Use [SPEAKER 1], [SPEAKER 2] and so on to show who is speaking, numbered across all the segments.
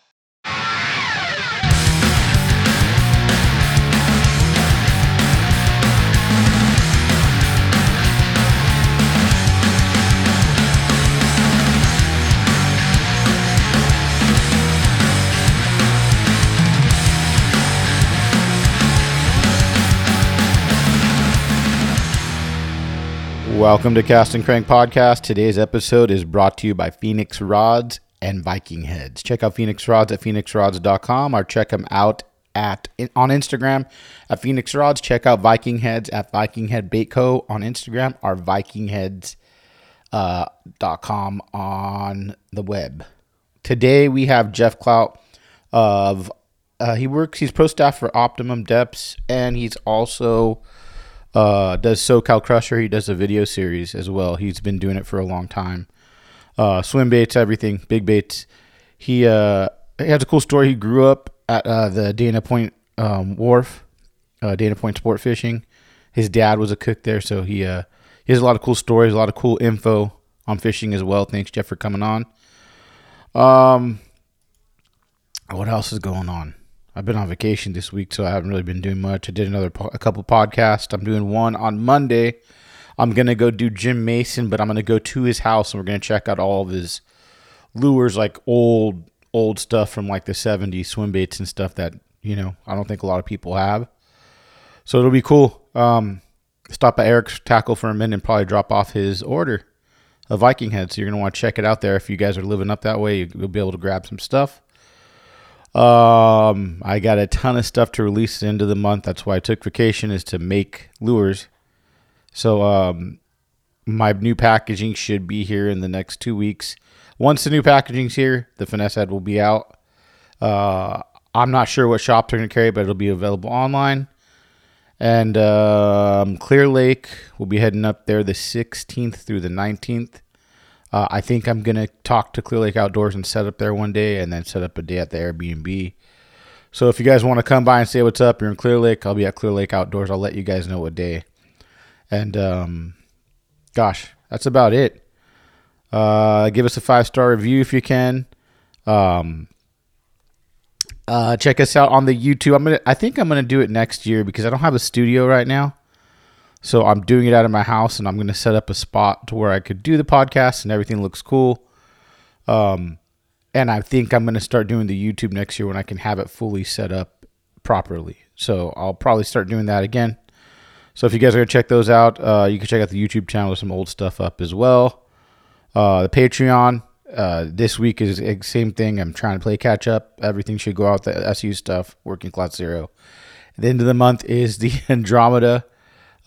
[SPEAKER 1] Welcome to Cast and Crank Podcast. Today's episode is brought to you by Phoenix Rods and Viking Heads. Check out Phoenix Rods at phoenixrods.com or check them out at on Instagram at Phoenix Rods. Check out Viking Heads at Viking Head Bait Co. on Instagram or Viking Heads uh, dot .com on the web. Today we have Jeff Clout of uh, he works he's pro staff for Optimum Depths and he's also uh, does SoCal Crusher. He does a video series as well. He's been doing it for a long time. Uh, swim baits, everything, big baits. He uh, he has a cool story. He grew up at uh, the Dana Point um, Wharf, uh, Dana Point Sport Fishing. His dad was a cook there, so he uh, he has a lot of cool stories, a lot of cool info on fishing as well. Thanks, Jeff, for coming on. What else is going on? I've been on vacation this week, so I haven't really been doing much. I did another po- a couple podcasts. I'm doing one on Monday. I'm gonna go do Jim Mason, but I'm gonna go to his house and we're gonna check out all of his lures, like old old stuff from like the '70s, swim baits and stuff that you know I don't think a lot of people have. So it'll be cool. Um, stop at Eric's Tackle for a minute and probably drop off his order of Viking Head. So you're gonna want to check it out there if you guys are living up that way. you- You'll be able to grab some stuff. Um, I got a ton of stuff to release at the end of the month. That's why I took vacation is to make lures. So um, my new packaging should be here in the next two weeks. Once the new packaging's here, the finesse head will be out. Uh, I'm not sure what shops are going to carry, it, but it'll be available online. And um, Clear Lake will be heading up there the 16th through the 19th. Uh, I think I'm gonna talk to Clear Lake Outdoors and set up there one day, and then set up a day at the Airbnb. So if you guys want to come by and say what's up, you're in Clear Lake. I'll be at Clear Lake Outdoors. I'll let you guys know what day. And um, gosh, that's about it. Uh, give us a five star review if you can. Um, uh, check us out on the YouTube. I'm gonna. I think I'm gonna do it next year because I don't have a studio right now. So I'm doing it out of my house and I'm going to set up a spot to where I could do the podcast and everything looks cool. Um, and I think I'm going to start doing the YouTube next year when I can have it fully set up properly. So I'll probably start doing that again. So if you guys are going to check those out, uh, you can check out the YouTube channel. There's some old stuff up as well. Uh, the Patreon uh, this week is the same thing. I'm trying to play catch up. Everything should go out. The SU stuff, Working Class Zero. The end of the month is the Andromeda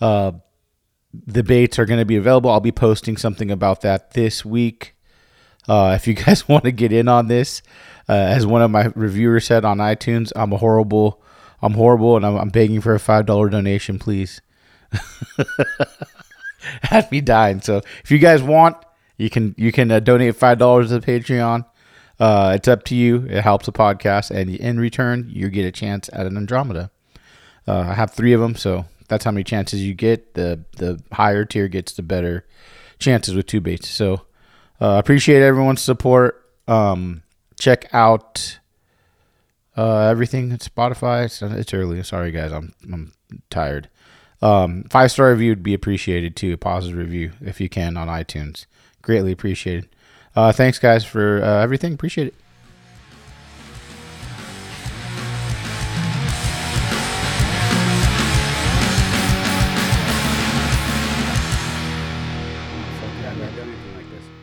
[SPEAKER 1] the baits are going to be available. I'll be posting something about that this week. Uh, if you guys want to get in on this, uh, as one of my reviewers said on iTunes, I'm a horrible, I'm horrible, and I'm, I'm begging for a five dollar donation, please. Had me dying. So if you guys want, you can you can uh, donate five dollars to the Patreon. Uh, it's up to you. It helps the podcast, and in return, you get a chance at an Andromeda. Uh, I have three of them, so that's how many chances you get. The the higher tier gets the better chances with two baits. So uh, appreciate everyone's support. Um, check out uh, everything at Spotify. It's, it's early. Sorry guys, I'm I'm tired. Um, five star review would be appreciated too. A positive review if you can on iTunes. Greatly appreciated. Uh, thanks guys for uh, everything. Appreciate it.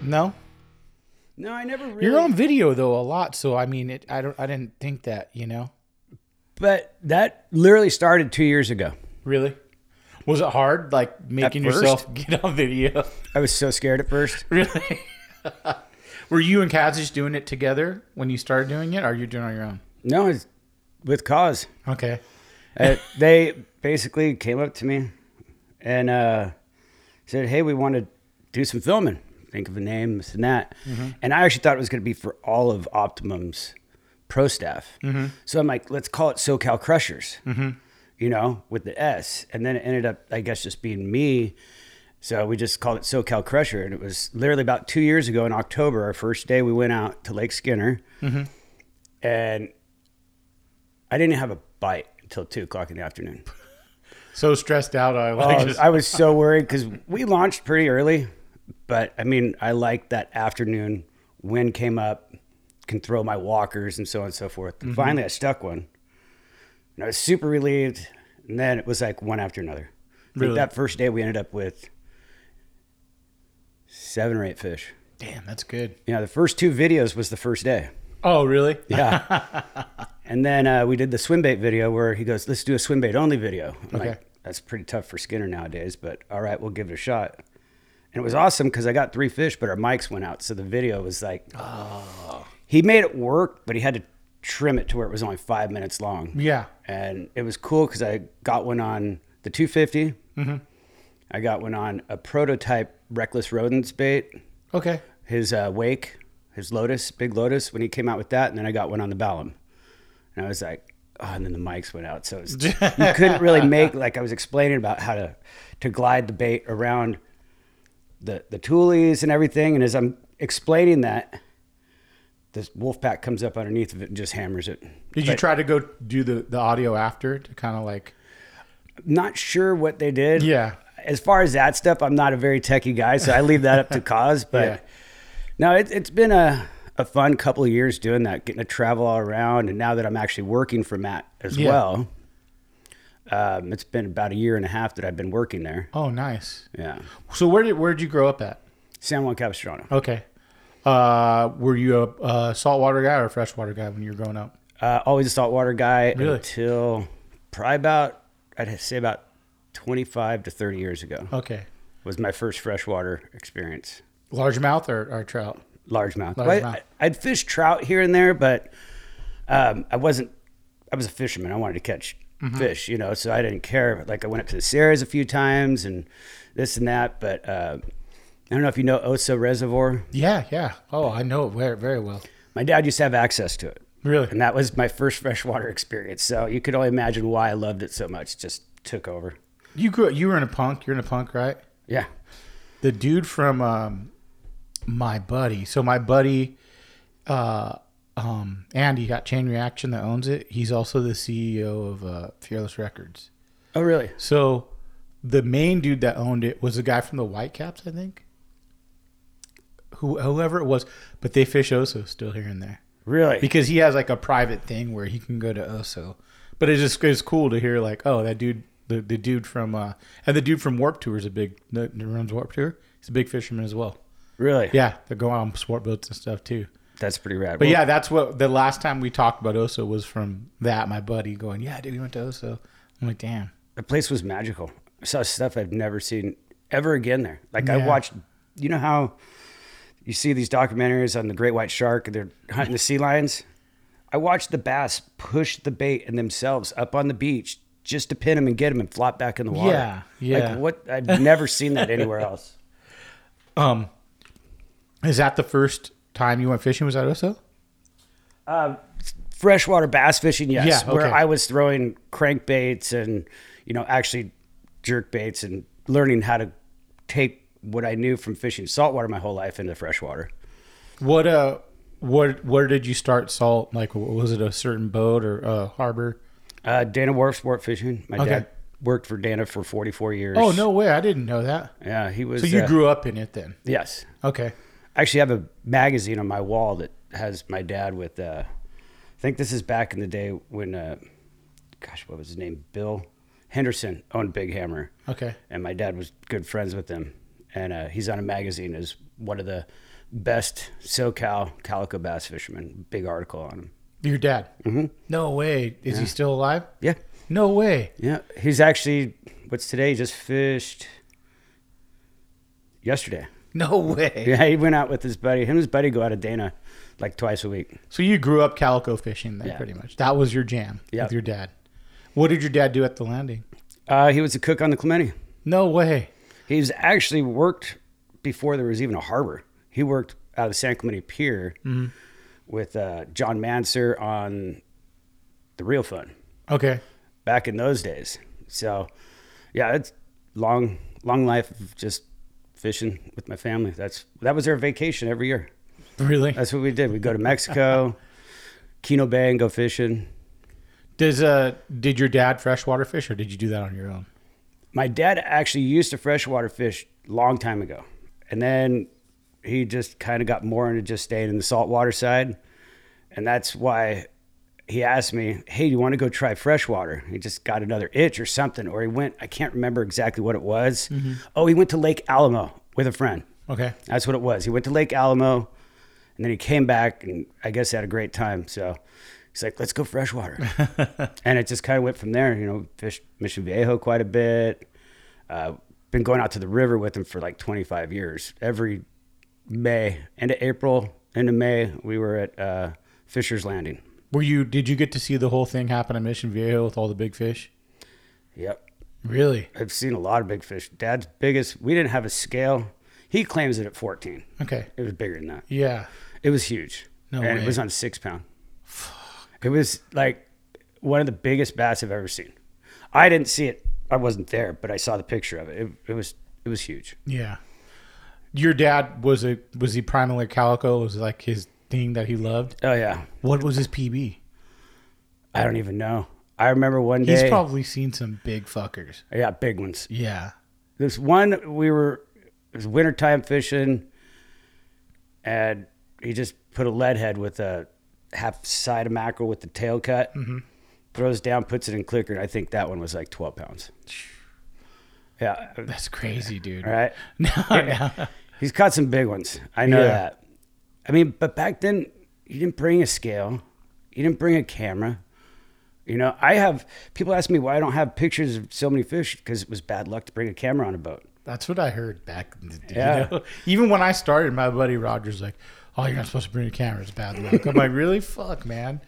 [SPEAKER 1] No.
[SPEAKER 2] No, I never really.
[SPEAKER 1] You're on video though a lot, so I mean, it. I don't. I didn't think that. You know.
[SPEAKER 2] But that literally started two years ago.
[SPEAKER 1] Really? Was it hard, like making
[SPEAKER 2] first?
[SPEAKER 1] yourself get on video?
[SPEAKER 2] I was so scared at first.
[SPEAKER 1] Really? Were you and Kaz just doing it together when you started doing it, or you doing it on your own?
[SPEAKER 2] No, it's with cause.
[SPEAKER 1] Okay.
[SPEAKER 2] Uh, they basically came up to me and uh, said, "Hey, we want to do some filming. Think of a name, this and that." And I actually thought it was going to be for all of Optimum's pro staff. So I'm like, "Let's call it SoCal Crushers," you know, with the S. And then it ended up, I guess, just being me. So we just called it SoCal Crusher, and it was literally about two years ago in October. Our first day, we went out to Lake Skinner, and I didn't have a bite until two o'clock in the afternoon.
[SPEAKER 1] So stressed out. I like
[SPEAKER 2] Oh,
[SPEAKER 1] just,
[SPEAKER 2] I was so worried because we launched pretty early, but I mean, I liked that afternoon. Wind came up, can throw my walkers and so on and so forth.
[SPEAKER 1] Mm-hmm.
[SPEAKER 2] And Finally, I stuck one, and I was super relieved. And then it was like one after another. I think
[SPEAKER 1] Really?
[SPEAKER 2] that first day, we ended up with seven or eight fish.
[SPEAKER 1] damn, that's good.
[SPEAKER 2] Yeah, the first two videos was the first day.
[SPEAKER 1] Oh, really?
[SPEAKER 2] Yeah. and then uh, we did the swim bait video where he goes, "Let's do a swim bait only video." I'm
[SPEAKER 1] Okay.
[SPEAKER 2] like, that's pretty tough for Skinner nowadays, but all right, we'll give it a shot. And it was awesome because I got three fish, but our mics went out, so the video was like,
[SPEAKER 1] Oh.
[SPEAKER 2] he made it work, but he had to trim it to where it was only five minutes long.
[SPEAKER 1] Yeah.
[SPEAKER 2] and it was cool because I got one on the 250.
[SPEAKER 1] Mm-hmm.
[SPEAKER 2] I got one on a prototype reckless rodents bait
[SPEAKER 1] Okay.
[SPEAKER 2] his uh, wake, his Lotus, big Lotus, when he came out with that, and then I got one on the Ballum, and I was like, oh, and then the mics went out, so it was, you couldn't really make like I was explaining about how to to glide the bait around the the toolies and everything, and as I'm explaining that, this wolf pack comes up underneath of it and just hammers it.
[SPEAKER 1] Did you try to go do the, the audio after to kind of like?
[SPEAKER 2] Not sure what they did.
[SPEAKER 1] Yeah.
[SPEAKER 2] As far as that stuff, I'm not a very techie guy, so I leave that up to cause. But
[SPEAKER 1] Yeah.
[SPEAKER 2] no, it, it's been a, a fun couple of years doing that, getting to travel all around. And now that I'm actually working for Matt as
[SPEAKER 1] Yeah.
[SPEAKER 2] well, um, it's been about a year and a half that I've been working there.
[SPEAKER 1] Oh, nice.
[SPEAKER 2] Yeah.
[SPEAKER 1] So where did where did you grow up at?
[SPEAKER 2] San Juan Capistrano.
[SPEAKER 1] Okay. Uh, were you a, a saltwater guy or a freshwater guy when you were growing up?
[SPEAKER 2] Uh, always a saltwater guy
[SPEAKER 1] Really?
[SPEAKER 2] until probably about, I'd say about 25 to 30 years ago
[SPEAKER 1] Okay.
[SPEAKER 2] was my first freshwater experience.
[SPEAKER 1] Largemouth or, or trout?
[SPEAKER 2] largemouth.
[SPEAKER 1] Largemouth.
[SPEAKER 2] I, I'd fish trout here and there, but um, I wasn't. I was a fisherman. I wanted to catch
[SPEAKER 1] Mm-hmm.
[SPEAKER 2] fish, you know, so I didn't care. Like I went up to the Sierras a few times and this and that, but uh, I don't know if you know Osa Reservoir.
[SPEAKER 1] Yeah, yeah. Oh, I know it very, very well.
[SPEAKER 2] My dad used to have access to it,
[SPEAKER 1] Really?
[SPEAKER 2] and that was my first freshwater experience. So you could only imagine why I loved it so much. It Just took over.
[SPEAKER 1] You grew you were in a punk. You're in a punk, right?
[SPEAKER 2] Yeah.
[SPEAKER 1] The dude from um, my buddy. So my buddy, uh, um, Andy got Chain Reaction that owns it. He's also the CEO of uh, Fearless Records.
[SPEAKER 2] Oh, really?
[SPEAKER 1] So the main dude that owned it was the guy from the Whitecaps, I think. Who, whoever it was, but they fish Oso still here and there
[SPEAKER 2] Really?
[SPEAKER 1] because he has like a private thing where he can go to Oso. But it just it's cool to hear like, oh, that dude, the, the dude from uh, and the dude from Warp Tour is a big that runs Warp Tour. He's a big fisherman as well.
[SPEAKER 2] really?
[SPEAKER 1] Yeah, they go on swart boats and stuff too.
[SPEAKER 2] That's pretty rad.
[SPEAKER 1] But yeah, that's what the last time we talked about Oso was from that. My buddy going, yeah, dude, we went to Oso. I'm like, damn.
[SPEAKER 2] the place was magical. I saw stuff I've never seen ever again there. Like I
[SPEAKER 1] Yeah.
[SPEAKER 2] watched, you know how you see these documentaries on the great white shark and they're hunting the sea lions. I watched the bass push the bait and themselves up on the beach just to pin them and get them and flop back in the water.
[SPEAKER 1] Yeah, yeah.
[SPEAKER 2] Like what? I've never seen that anywhere else.
[SPEAKER 1] Is that the first time you went fishing? Was at Oso?
[SPEAKER 2] Freshwater bass fishing, yes.
[SPEAKER 1] Yeah,
[SPEAKER 2] Where
[SPEAKER 1] okay.
[SPEAKER 2] I was throwing crankbaits and you know actually jerk baits and learning how to take what I knew from fishing saltwater my whole life into freshwater.
[SPEAKER 1] What uh, what where did you start salt? Like, was it a certain boat or uh, harbor?
[SPEAKER 2] Uh, Dana Wharf Sport Fishing. My
[SPEAKER 1] Okay.
[SPEAKER 2] dad worked for Dana for 44 years.
[SPEAKER 1] Oh no way! I didn't know that.
[SPEAKER 2] Yeah, he was.
[SPEAKER 1] So you
[SPEAKER 2] uh,
[SPEAKER 1] grew up in it then?
[SPEAKER 2] Yes.
[SPEAKER 1] Okay.
[SPEAKER 2] I actually have a magazine on my wall that has my dad with. Uh, I think this is back in the day when, uh, gosh, what was his name? Bill Henderson owned Big Hammer.
[SPEAKER 1] Okay.
[SPEAKER 2] And my dad was good friends with him, and uh, he's on a magazine as one of the best SoCal calico bass fishermen. Big article on him.
[SPEAKER 1] Your dad? Mm-hmm. No way! Is he still alive?
[SPEAKER 2] Yeah.
[SPEAKER 1] No way!
[SPEAKER 2] Yeah, he's actually what's today. He just fished yesterday.
[SPEAKER 1] No way!
[SPEAKER 2] Yeah, he went out with his buddy. Him and his buddy go out of Dana like twice a week.
[SPEAKER 1] So you grew up calico fishing then,
[SPEAKER 2] Yeah.
[SPEAKER 1] pretty much. That was your jam
[SPEAKER 2] Yeah.
[SPEAKER 1] with your dad. What did your dad do at the landing?
[SPEAKER 2] Uh, he was a cook on the Clemente.
[SPEAKER 1] No way.
[SPEAKER 2] He's actually worked before there was even a harbor. He worked out of San Clemente Pier with uh, John Manser on the Real Fun
[SPEAKER 1] Okay.
[SPEAKER 2] back in those days. So, yeah, it's long, long life of just fishing with my family. That's that was our vacation every year.
[SPEAKER 1] Really?
[SPEAKER 2] That's what we did. We go to Mexico, Keno Bay, and go fishing.
[SPEAKER 1] Does uh did your dad freshwater fish or did you do that on your own?
[SPEAKER 2] My dad actually used to freshwater fish long time ago, and then he just kind of got more into just staying in the saltwater side, and that's why he asked me, "Hey, do you want to go try freshwater?" He just got another itch or something, or he went. I can't remember exactly what it was. Oh, he went to Lake Alamo with a friend.
[SPEAKER 1] Okay.
[SPEAKER 2] That's what it was. He went to Lake Alamo, and then he came back, and I guess had a great time. So he's like, "Let's go freshwater," and it just kind of went from there. You know, fished Mission Viejo quite a bit. Uh, been going out to the river with him for like 25 years. Every May, end of April, end of May, we were at uh, Fisher's Landing.
[SPEAKER 1] Were you did you get to see the whole thing happen in Mission Viejo with all the big fish?
[SPEAKER 2] Yep,
[SPEAKER 1] Really?
[SPEAKER 2] I've seen a lot of big fish. Dad's biggest. We didn't have a scale. He claims it at 14.
[SPEAKER 1] Okay.
[SPEAKER 2] It was bigger than that.
[SPEAKER 1] Yeah.
[SPEAKER 2] It was huge.
[SPEAKER 1] No
[SPEAKER 2] and
[SPEAKER 1] way.
[SPEAKER 2] it was on six pound. It was like one of the biggest bass I've ever seen. I didn't see it. I wasn't there, but I saw the picture of it. It, it was it was huge.
[SPEAKER 1] Yeah. Your dad was a was he primarily calico? Was it like his thing that he loved?
[SPEAKER 2] Oh yeah.
[SPEAKER 1] What was his PB?
[SPEAKER 2] I don't even know. I remember one day.
[SPEAKER 1] He's probably seen some big fuckers.
[SPEAKER 2] I got big ones.
[SPEAKER 1] Yeah.
[SPEAKER 2] This one we were it was wintertime fishing, and he just put a lead head with a half side of mackerel with the tail cut.
[SPEAKER 1] Mm-hmm.
[SPEAKER 2] Throws down, puts it in clicker, and I think that one was like twelve pounds. Yeah,
[SPEAKER 1] That's crazy, dude.
[SPEAKER 2] All right.
[SPEAKER 1] yeah.
[SPEAKER 2] He's caught some big ones. I know
[SPEAKER 1] Yeah.
[SPEAKER 2] that. I mean, but back then, you didn't bring a scale, you didn't bring a camera. You know, I have people ask me why I don't have pictures of so many fish because it was bad luck to bring a camera on a boat.
[SPEAKER 1] That's what I heard back. in the day, you
[SPEAKER 2] Yeah.
[SPEAKER 1] know? Even when I started, my buddy Roger's like, "Oh, you're not supposed to bring your camera. It's bad luck." I'm like, "Really? Fuck, man."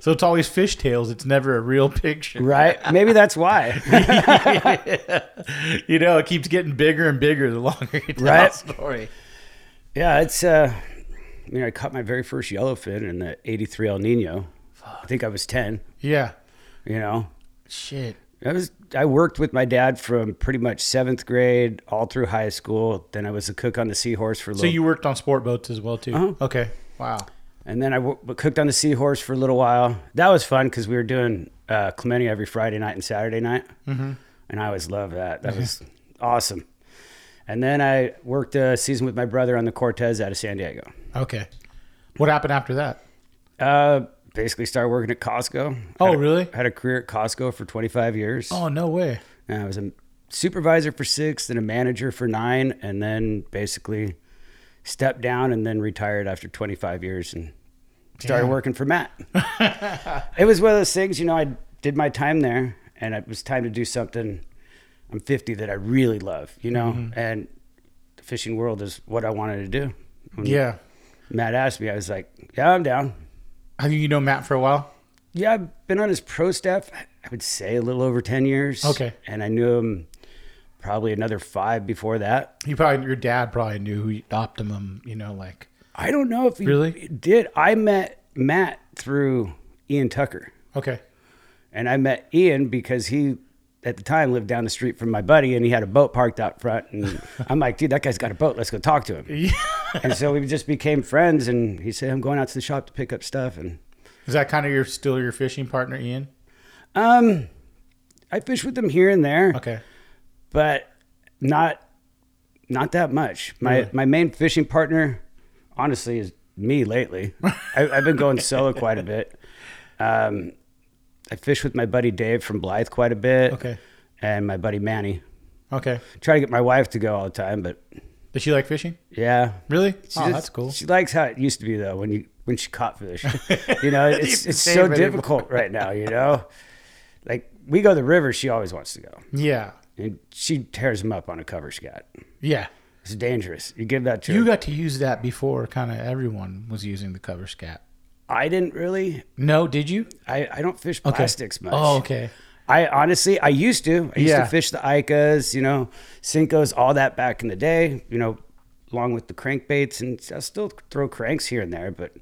[SPEAKER 1] So it's always fishtails. It's never a real picture,
[SPEAKER 2] Right? Maybe that's why.
[SPEAKER 1] You know, it keeps getting bigger and bigger the longer you tell
[SPEAKER 2] Right.
[SPEAKER 1] the story.
[SPEAKER 2] yeah, it's, uh, you know, I caught my very first yellowfin in the 83 El Nino. I think I was 10,
[SPEAKER 1] Yeah.
[SPEAKER 2] you know.
[SPEAKER 1] Shit.
[SPEAKER 2] I was I worked with my dad from pretty much seventh grade all through high school. Then I was a cook on the Seahorse for a
[SPEAKER 1] So
[SPEAKER 2] little
[SPEAKER 1] you worked on sport boats as well too? Okay. Uh-huh. Wow.
[SPEAKER 2] And then I w- cooked on the Seahorse for a little while. That was fun because we were doing uh, Clemente every Friday night and Saturday night. Mm-hmm. And I always loved that. That was awesome. And then I worked a season with my brother on the Cortez out of San Diego.
[SPEAKER 1] Okay. What happened after that?
[SPEAKER 2] Uh, basically, started working at Costco.
[SPEAKER 1] Oh,
[SPEAKER 2] Had a-
[SPEAKER 1] really?
[SPEAKER 2] Had a career at Costco for 25 years.
[SPEAKER 1] Oh no way.
[SPEAKER 2] And Uh, I was a supervisor for six, then a manager for nine, and then basically stepped down and then retired after 25 years and started
[SPEAKER 1] Damn.
[SPEAKER 2] working for Matt. it was one of those things, you know, I did my time there and it was time to do something. I'm 50 that I really love, you know, and the fishing world is what I wanted to do. When
[SPEAKER 1] Yeah.
[SPEAKER 2] Matt asked me, I was like, yeah, I'm down.
[SPEAKER 1] Have you you known Matt for a while?
[SPEAKER 2] Yeah, I've been on his pro staff, I would say a little over 10 years.
[SPEAKER 1] Okay.
[SPEAKER 2] And I knew him probably another five before that.
[SPEAKER 1] You probably your dad probably knew who Optimum. You know, like
[SPEAKER 2] I don't know if he
[SPEAKER 1] Really?
[SPEAKER 2] did. I met Matt through Ian Tucker.
[SPEAKER 1] okay.
[SPEAKER 2] And I met Ian because he, at the time, lived down the street from my buddy and he had a boat parked out front. And I'm like, dude, that guy's got a boat. Let's go talk to him. and so we just became friends. And he said, I'm going out to the shop to pick up stuff. And
[SPEAKER 1] Is that kind of your still your fishing partner, Ian?
[SPEAKER 2] um, I fish with him here and there.
[SPEAKER 1] Okay.
[SPEAKER 2] but not not that much. My my main fishing partner, honestly, is me lately. I, I've been going solo quite a bit. Um, I fish with my buddy Dave from Blythe quite a bit.
[SPEAKER 1] Okay.
[SPEAKER 2] and my buddy Manny.
[SPEAKER 1] Okay.
[SPEAKER 2] Try to get my wife to go all the time, but
[SPEAKER 1] Does she like fishing?
[SPEAKER 2] yeah,
[SPEAKER 1] Really?
[SPEAKER 2] She
[SPEAKER 1] oh,
[SPEAKER 2] just-
[SPEAKER 1] that's cool.
[SPEAKER 2] She likes how it used to be though when you when she caught fish. you know, it's
[SPEAKER 1] Even
[SPEAKER 2] it's
[SPEAKER 1] Dave
[SPEAKER 2] so
[SPEAKER 1] anymore.
[SPEAKER 2] difficult right now. You know, like we go to the river, she always wants to go,
[SPEAKER 1] yeah.
[SPEAKER 2] and she tears them up on a cover scat.
[SPEAKER 1] Yeah.
[SPEAKER 2] It's dangerous. You give that to
[SPEAKER 1] You got to use that before kind of everyone was using the cover scat.
[SPEAKER 2] I didn't really.
[SPEAKER 1] No, did you?
[SPEAKER 2] I, I don't fish
[SPEAKER 1] Okay.
[SPEAKER 2] plastics much.
[SPEAKER 1] Oh, okay.
[SPEAKER 2] I honestly, I used to. I used
[SPEAKER 1] Yeah.
[SPEAKER 2] to fish the Icas, you know, Cinco's, all that back in the day, you know, along with the crankbaits. And I still throw cranks here and there, but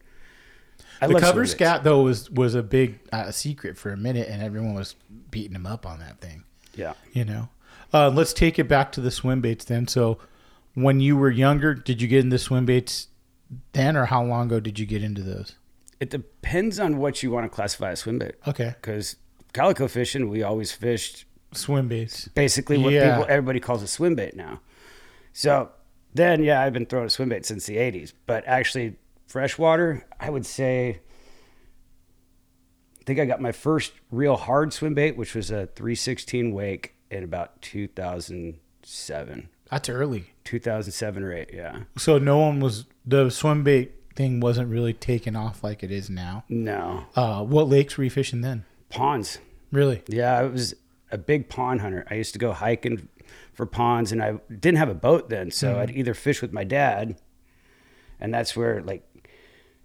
[SPEAKER 2] I
[SPEAKER 1] The
[SPEAKER 2] love
[SPEAKER 1] cover
[SPEAKER 2] swimbaits.
[SPEAKER 1] scat though was was a big uh, secret for a minute, and everyone was beating him up on that thing.
[SPEAKER 2] Yeah.
[SPEAKER 1] You know, uh, let's take it back to the swim baits then. So, when you were younger, did you get into swim baits then, or how long ago did you get into those?
[SPEAKER 2] It depends on what you want to classify as swimbait.
[SPEAKER 1] Okay,
[SPEAKER 2] Because calico fishing, we always fished
[SPEAKER 1] swim baits.
[SPEAKER 2] basically what
[SPEAKER 1] Yeah.
[SPEAKER 2] people everybody calls a swim bait now. So then, yeah, I've been throwing a swim bait since the '80s, but actually freshwater, I would say. I think I got my first real hard swim bait, which was a 316 wake in about 2007,
[SPEAKER 1] That's early.
[SPEAKER 2] 2007 or eight. Yeah,
[SPEAKER 1] So no one was the swim bait thing wasn't really taken off like it is now.
[SPEAKER 2] no
[SPEAKER 1] Uh, what lakes were you fishing then?
[SPEAKER 2] ponds.
[SPEAKER 1] Really?
[SPEAKER 2] Yeah, I was a big pond hunter. I used to go hiking for ponds, and I didn't have a boat then, so I'd either fish with my dad, and that's where like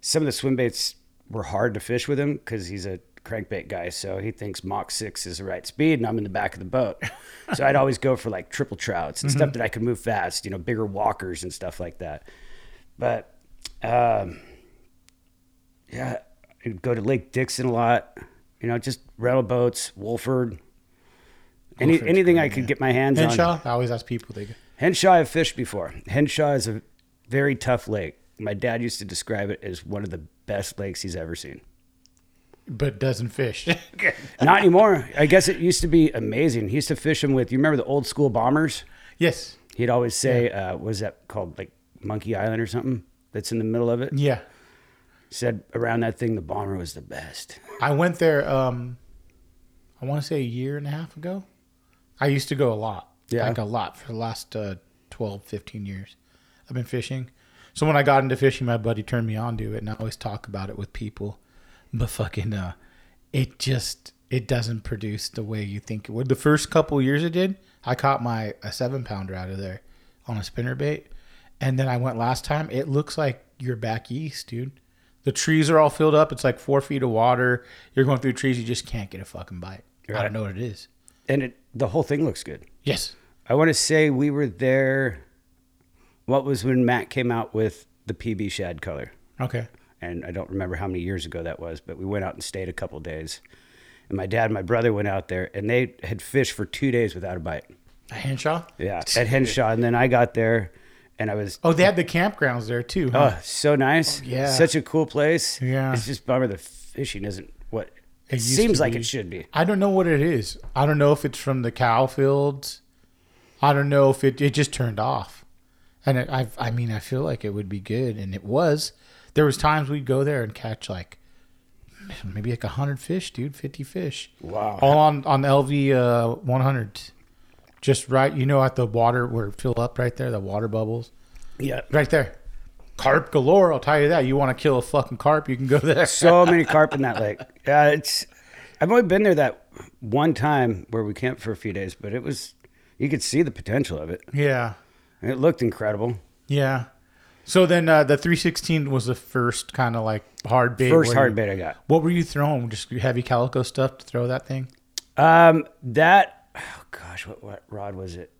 [SPEAKER 2] some of the swim baits were hard to fish with him because he's a crankbait guy, so he thinks Mach six is the right speed, and I'm in the back of the boat, so I'd always go for like triple trouts and
[SPEAKER 1] Mm-hmm.
[SPEAKER 2] stuff that I could move fast, you know, bigger walkers and stuff like that. But um, yeah, I'd go to Lake Dixon a lot. You know, just rental boats, Wolford, any
[SPEAKER 1] Wolford's
[SPEAKER 2] anything
[SPEAKER 1] good,
[SPEAKER 2] I could
[SPEAKER 1] yeah.
[SPEAKER 2] get my hands on.
[SPEAKER 1] Henshaw? I always ask people. They go,
[SPEAKER 2] Henshaw, I've fished before. Henshaw is a very tough lake. My dad used to describe it as one of the best lakes he's ever seen.
[SPEAKER 1] but doesn't fish.
[SPEAKER 2] Not anymore. I guess it used to be amazing. He used to fish them with. You remember the old school bombers?
[SPEAKER 1] yes.
[SPEAKER 2] He'd always say, uh, "What is that called? Like Monkey Island or something?" That's in the middle of it.
[SPEAKER 1] Yeah.
[SPEAKER 2] Said around that thing, the bomber was the best.
[SPEAKER 1] I went there. Um, I want to say a year and a half ago. I used to go a lot.
[SPEAKER 2] Yeah.
[SPEAKER 1] Like a lot for the last uh, 12, 15 years. I've been fishing. So when I got into fishing, my buddy turned me on to it, and I always talk about it with people. But fucking, uh, it just it doesn't produce the way you think it would. The first couple years it did. I caught my a seven pounder out of there on a spinner bait, and then I went last time. It looks like you're back east, dude. The trees are all filled up. It's like four feet of water. You're going through trees. You just can't get a fucking bite. I
[SPEAKER 2] Right.
[SPEAKER 1] don't know what it is.
[SPEAKER 2] and it the whole thing looks good.
[SPEAKER 1] Yes.
[SPEAKER 2] I want to say we were there. What was when Matt came out with the PB Shad color,
[SPEAKER 1] Okay.
[SPEAKER 2] and I don't remember how many years ago that was, but we went out and stayed a couple days, and my dad and my brother went out there, and they had fished for two days without a bite.
[SPEAKER 1] A Henshaw.
[SPEAKER 2] Yeah, at Henshaw, and then I got there, and I was
[SPEAKER 1] Oh, they had the campgrounds there too. huh?
[SPEAKER 2] oh so nice,
[SPEAKER 1] yeah.
[SPEAKER 2] such a cool place.
[SPEAKER 1] Yeah.
[SPEAKER 2] it's just a bummer the fishing isn't what it,
[SPEAKER 1] used
[SPEAKER 2] seems
[SPEAKER 1] to
[SPEAKER 2] like
[SPEAKER 1] be.
[SPEAKER 2] it should be.
[SPEAKER 1] I don't know what it is. I don't know if it's from the cow fields. I don't know if it, it just turned off. And it, I I mean I feel like it would be good and it was. There was times we'd go there and catch like maybe like 100 fish, dude, 50 fish.
[SPEAKER 2] Wow.
[SPEAKER 1] All on on LV uh 100. Just right, you know at the water where it fill up right there, the water bubbles.
[SPEAKER 2] Yeah,
[SPEAKER 1] Right there. Carp galore, I'll tell you that. You want to kill a fucking carp, you can go there.
[SPEAKER 2] so many carp in that lake. Yeah, it's. I've only been there that one time where we camped for a few days, but it was. You could see the potential of it.
[SPEAKER 1] Yeah.
[SPEAKER 2] And it looked incredible.
[SPEAKER 1] Yeah. So then uh, the 316 was the first kind of like hard bait.
[SPEAKER 2] First
[SPEAKER 1] where
[SPEAKER 2] hard
[SPEAKER 1] you-
[SPEAKER 2] bait I got.
[SPEAKER 1] What were you throwing? Just heavy calico stuff to throw that thing?
[SPEAKER 2] Um, that. Oh gosh, what what rod was it?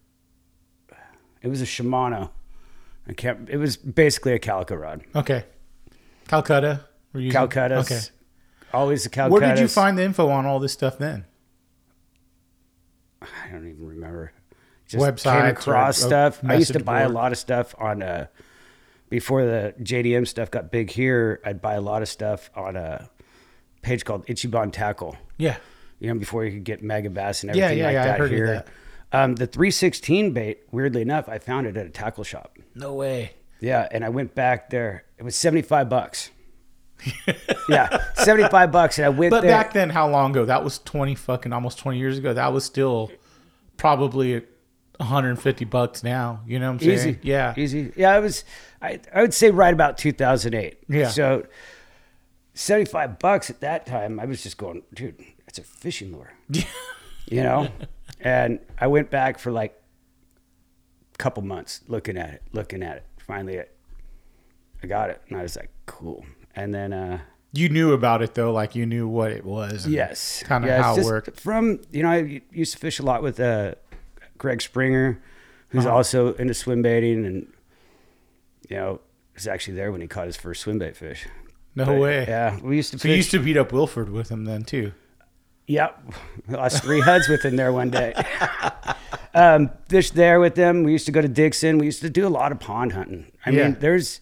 [SPEAKER 2] It was a Shimano. I can't. It was basically a calico rod.
[SPEAKER 1] Okay. Calcutta. Were you using-
[SPEAKER 2] Calcutta.
[SPEAKER 1] Okay.
[SPEAKER 2] Always a Calcutta.
[SPEAKER 1] Where did you find the info on all this stuff then?
[SPEAKER 2] I don't even remember. Just
[SPEAKER 1] Websites or-
[SPEAKER 2] came across
[SPEAKER 1] or
[SPEAKER 2] stuff. I used to
[SPEAKER 1] message
[SPEAKER 2] buy
[SPEAKER 1] board.
[SPEAKER 2] a lot of stuff on uh before the JDM stuff got big here. I'd buy a lot of stuff on a page called Ichiban Tackle.
[SPEAKER 1] Yeah.
[SPEAKER 2] You know, before you could get mega bass and
[SPEAKER 1] Yeah,
[SPEAKER 2] everything
[SPEAKER 1] yeah,
[SPEAKER 2] like
[SPEAKER 1] yeah, I've
[SPEAKER 2] that
[SPEAKER 1] heard of
[SPEAKER 2] here.
[SPEAKER 1] that.
[SPEAKER 2] Um, the 316 bait, weirdly enough, I found it at a tackle shop.
[SPEAKER 1] No way.
[SPEAKER 2] Yeah, and I went back there. It was 75 bucks. yeah, 75 bucks and I went
[SPEAKER 1] But
[SPEAKER 2] there.
[SPEAKER 1] back then, how long ago? That was 20 fucking almost 20 years ago. That was still probably 150 bucks now. You know what I'm saying?
[SPEAKER 2] Easy.
[SPEAKER 1] Yeah.
[SPEAKER 2] Easy. Yeah, I was I, I would say right about 2008.
[SPEAKER 1] Yeah.
[SPEAKER 2] So 75 bucks at that time, I was just going, dude, that's a fishing lure. you know? And I went back for like couple months looking at it, looking at it. Finally, it, I got it, and I was like, cool. And then, uh,
[SPEAKER 1] You knew about it though, like you knew what it was. and
[SPEAKER 2] yes,
[SPEAKER 1] Kind of
[SPEAKER 2] Yeah, it's
[SPEAKER 1] how it
[SPEAKER 2] just
[SPEAKER 1] worked.
[SPEAKER 2] From you know, I used to fish a lot with uh, Greg Springer, who's
[SPEAKER 1] Uh-huh.
[SPEAKER 2] also into swim baiting, and you know, was actually there when he caught his first swim bait fish.
[SPEAKER 1] No
[SPEAKER 2] But,
[SPEAKER 1] way.
[SPEAKER 2] Yeah, we used to.
[SPEAKER 1] So
[SPEAKER 2] fish-
[SPEAKER 1] you used to beat up Wilford with him then too.
[SPEAKER 2] Yep. I lost three HUDs with him there one day. um, fished there with them. We used to go to Dixon. We used to do a lot of pond hunting. I
[SPEAKER 1] Yeah.
[SPEAKER 2] mean, there's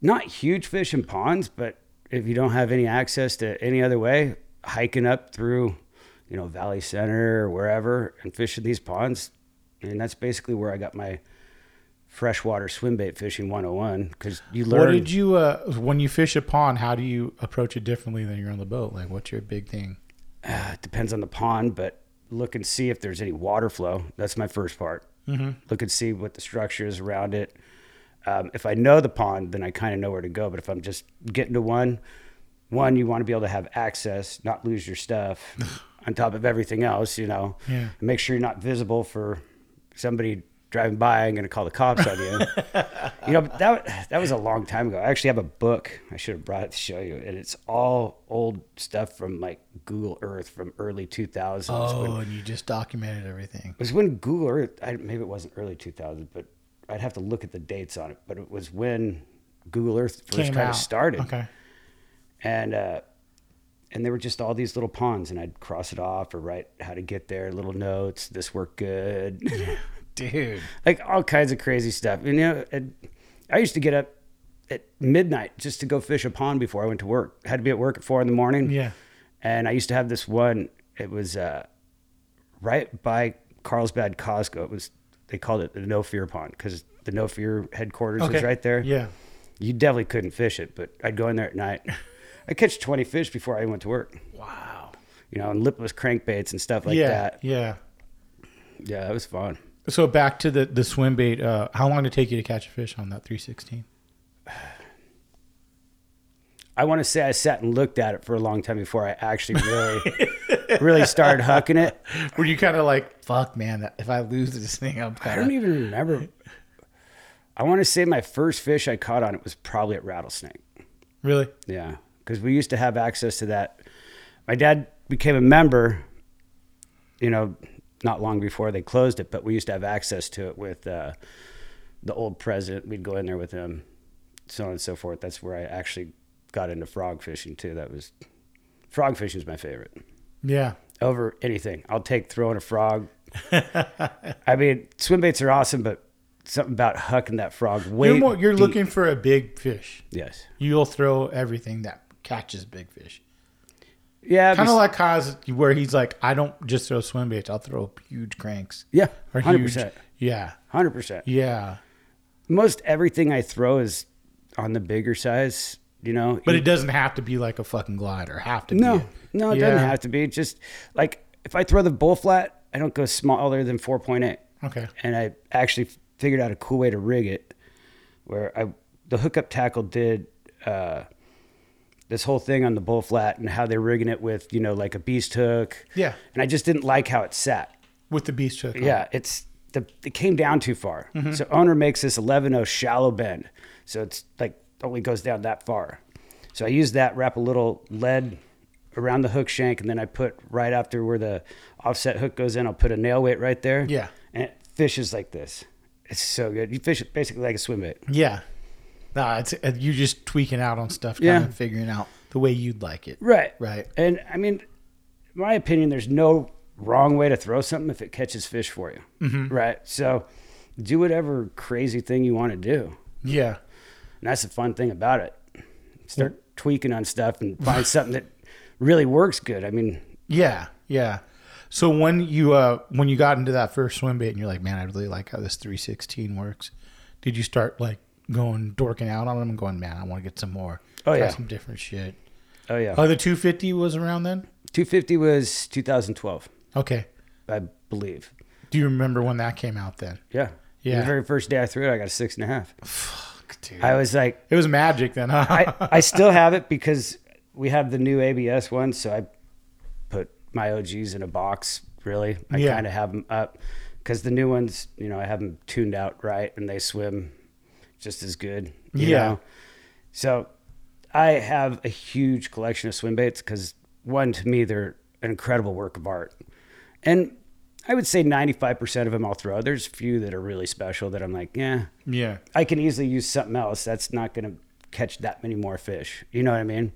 [SPEAKER 2] not huge fish in ponds, but if you don't have any access to any other way, hiking up through, you know, Valley Center or wherever and fishing these ponds, and that's basically where I got my freshwater swim bait fishing 101 because you learn.
[SPEAKER 1] What did you uh when you fish a pond, how do you approach it differently than you're on the boat? Like what's your big thing?
[SPEAKER 2] it depends on the pond, but look and see if there's any water flow. That's my first part. Look and see what the structure is around it. Um, if I know the pond, then I kind of know where to go. But if I'm just getting to one, one, you want to be able to have access, not lose your stuff on top of everything else, you know.
[SPEAKER 1] Yeah.
[SPEAKER 2] And make sure you're not visible for somebody driving by and going to call the cops on you. you know, but that that was a long time ago. I actually have a book. I should have brought it to show you, and it's all old stuff from like Google Earth from early 2000s. when-
[SPEAKER 1] Oh, and you just documented everything.
[SPEAKER 2] it was when Google Earth, I, maybe it wasn't early 2000s, but I'd have to look at the dates on it. But it was when Google Earth first kind of started
[SPEAKER 1] Okay.
[SPEAKER 2] and uh, and there were just all these little ponds, and I'd cross it off or write how to get there, little notes. This worked good,
[SPEAKER 1] Dude.
[SPEAKER 2] like all kinds of crazy stuff. You know, and I used to get up at midnight just to go fish a pond before I went to work. had to be at work at four in the morning.
[SPEAKER 1] Yeah.
[SPEAKER 2] and I used to have this one. It was uh, right by Carlsbad Costco. It was they called it the No Fear Pond because the No Fear headquarters was right there
[SPEAKER 1] Yeah.
[SPEAKER 2] you definitely couldn't fish it, but I'd go in there at night. I'd catch 20 fish before I went to work. Wow. You know, and lipless crankbaits and stuff like
[SPEAKER 1] yeah.
[SPEAKER 2] that.
[SPEAKER 1] Yeah.
[SPEAKER 2] Yeah, it was fun.
[SPEAKER 1] So back to the the swim bait. Uh, how long did it take you to catch a fish on that 316?
[SPEAKER 2] I want to say I sat and looked at it for a long time before I actually really, really started hucking it.
[SPEAKER 1] Were you kind of like, fuck, man, that- if I lose this thing, I'm
[SPEAKER 2] I
[SPEAKER 1] kind
[SPEAKER 2] don't
[SPEAKER 1] of.
[SPEAKER 2] even remember. I want to say my first fish I caught on it was probably at rattlesnake. e-
[SPEAKER 1] Really?
[SPEAKER 2] Yeah, because we used to have access to that. My dad became a member, you know, not long before they closed it, but we used to have access to it with uh, the old president. We'd go in there with him, so on and so forth. That's where I actually got into frog fishing too. That was frog fishing is my favorite
[SPEAKER 1] Yeah.
[SPEAKER 2] over anything. I'll take throwing a frog. I mean, swim baits are awesome, but something about hucking that frog way.
[SPEAKER 1] You're, more, you're
[SPEAKER 2] deep-
[SPEAKER 1] looking for a big fish.
[SPEAKER 2] Yes.
[SPEAKER 1] You'll throw everything that catches big fish.
[SPEAKER 2] Yeah.
[SPEAKER 1] Kind
[SPEAKER 2] bes-
[SPEAKER 1] of like Kaz, where he's like, I don't just throw swim baits, I'll throw huge cranks.
[SPEAKER 2] Yeah.
[SPEAKER 1] Or
[SPEAKER 2] Hundred
[SPEAKER 1] huge.
[SPEAKER 2] percent.
[SPEAKER 1] Yeah.
[SPEAKER 2] Hundred percent.
[SPEAKER 1] Yeah.
[SPEAKER 2] most everything I throw is on the bigger size, you know.
[SPEAKER 1] But it doesn't have to be like a fucking glider. Have to
[SPEAKER 2] no,
[SPEAKER 1] be.
[SPEAKER 2] no, it
[SPEAKER 1] Yeah.
[SPEAKER 2] doesn't have to be. Just like if I throw the bull flat, I don't go smaller than four point eight.
[SPEAKER 1] Okay.
[SPEAKER 2] And I actually figured out a cool way to rig it, where I the hookup tackle did uh, this whole thing on the bull flat and how they're rigging it with you know like a beast hook.
[SPEAKER 1] Yeah.
[SPEAKER 2] And I just didn't like how it sat.
[SPEAKER 1] With the beast hook. on.
[SPEAKER 2] Yeah, it's the it came down too far.
[SPEAKER 1] Mm-hmm.
[SPEAKER 2] So owner makes this 11-0 shallow bend. So it's like only goes down that far. So I use that, wrap a little lead around the hook shank, and then I put right after where the offset hook goes in, I'll put a nail weight right there.
[SPEAKER 1] Yeah.
[SPEAKER 2] And it fishes like this. It's so good. You fish it basically like a swim bait.
[SPEAKER 1] Yeah. Nah, it's uh, you just tweaking out on stuff, kind
[SPEAKER 2] Yeah.
[SPEAKER 1] of figuring out the way you'd like it.
[SPEAKER 2] Right.
[SPEAKER 1] Right.
[SPEAKER 2] And I mean, in my opinion, there's no wrong way to throw something if it catches fish for you.
[SPEAKER 1] Mm-hmm.
[SPEAKER 2] Right. So do whatever crazy thing you want to do.
[SPEAKER 1] Yeah.
[SPEAKER 2] And that's the fun thing about it. Start tweaking on stuff and find something that really works good. I mean,
[SPEAKER 1] Yeah, yeah. So when you uh when you got into that first swim bait and you're like, man, I really like how this 316 works. Did you start like going dorking out on them and going, man, I want to get some more.
[SPEAKER 2] Oh,
[SPEAKER 1] Try
[SPEAKER 2] yeah.
[SPEAKER 1] some different shit.
[SPEAKER 2] oh yeah.
[SPEAKER 1] Oh, the 250 was around then.
[SPEAKER 2] 250 was 2012,
[SPEAKER 1] Okay.
[SPEAKER 2] I believe.
[SPEAKER 1] Do you remember when that came out then?
[SPEAKER 2] Yeah.
[SPEAKER 1] Yeah.
[SPEAKER 2] The very first day I threw it, I got a six and a half.
[SPEAKER 1] Dude.
[SPEAKER 2] I was like,
[SPEAKER 1] it was magic then. Huh?
[SPEAKER 2] I, I still have it because we have the new ABS one. So I put my OGs in a box, really. I
[SPEAKER 1] Yeah.
[SPEAKER 2] kind of have them up because the new ones, you know, I have them tuned out right, and they swim just as good. you
[SPEAKER 1] Yeah.
[SPEAKER 2] know? So I have a huge collection of swim baits because one, to me, they're an incredible work of art, and I would say ninety-five percent of them I'll throw. There's a few that are really special that I'm like, yeah,
[SPEAKER 1] Yeah.
[SPEAKER 2] I can easily use something else that's not going to catch that many more fish. You know what I mean?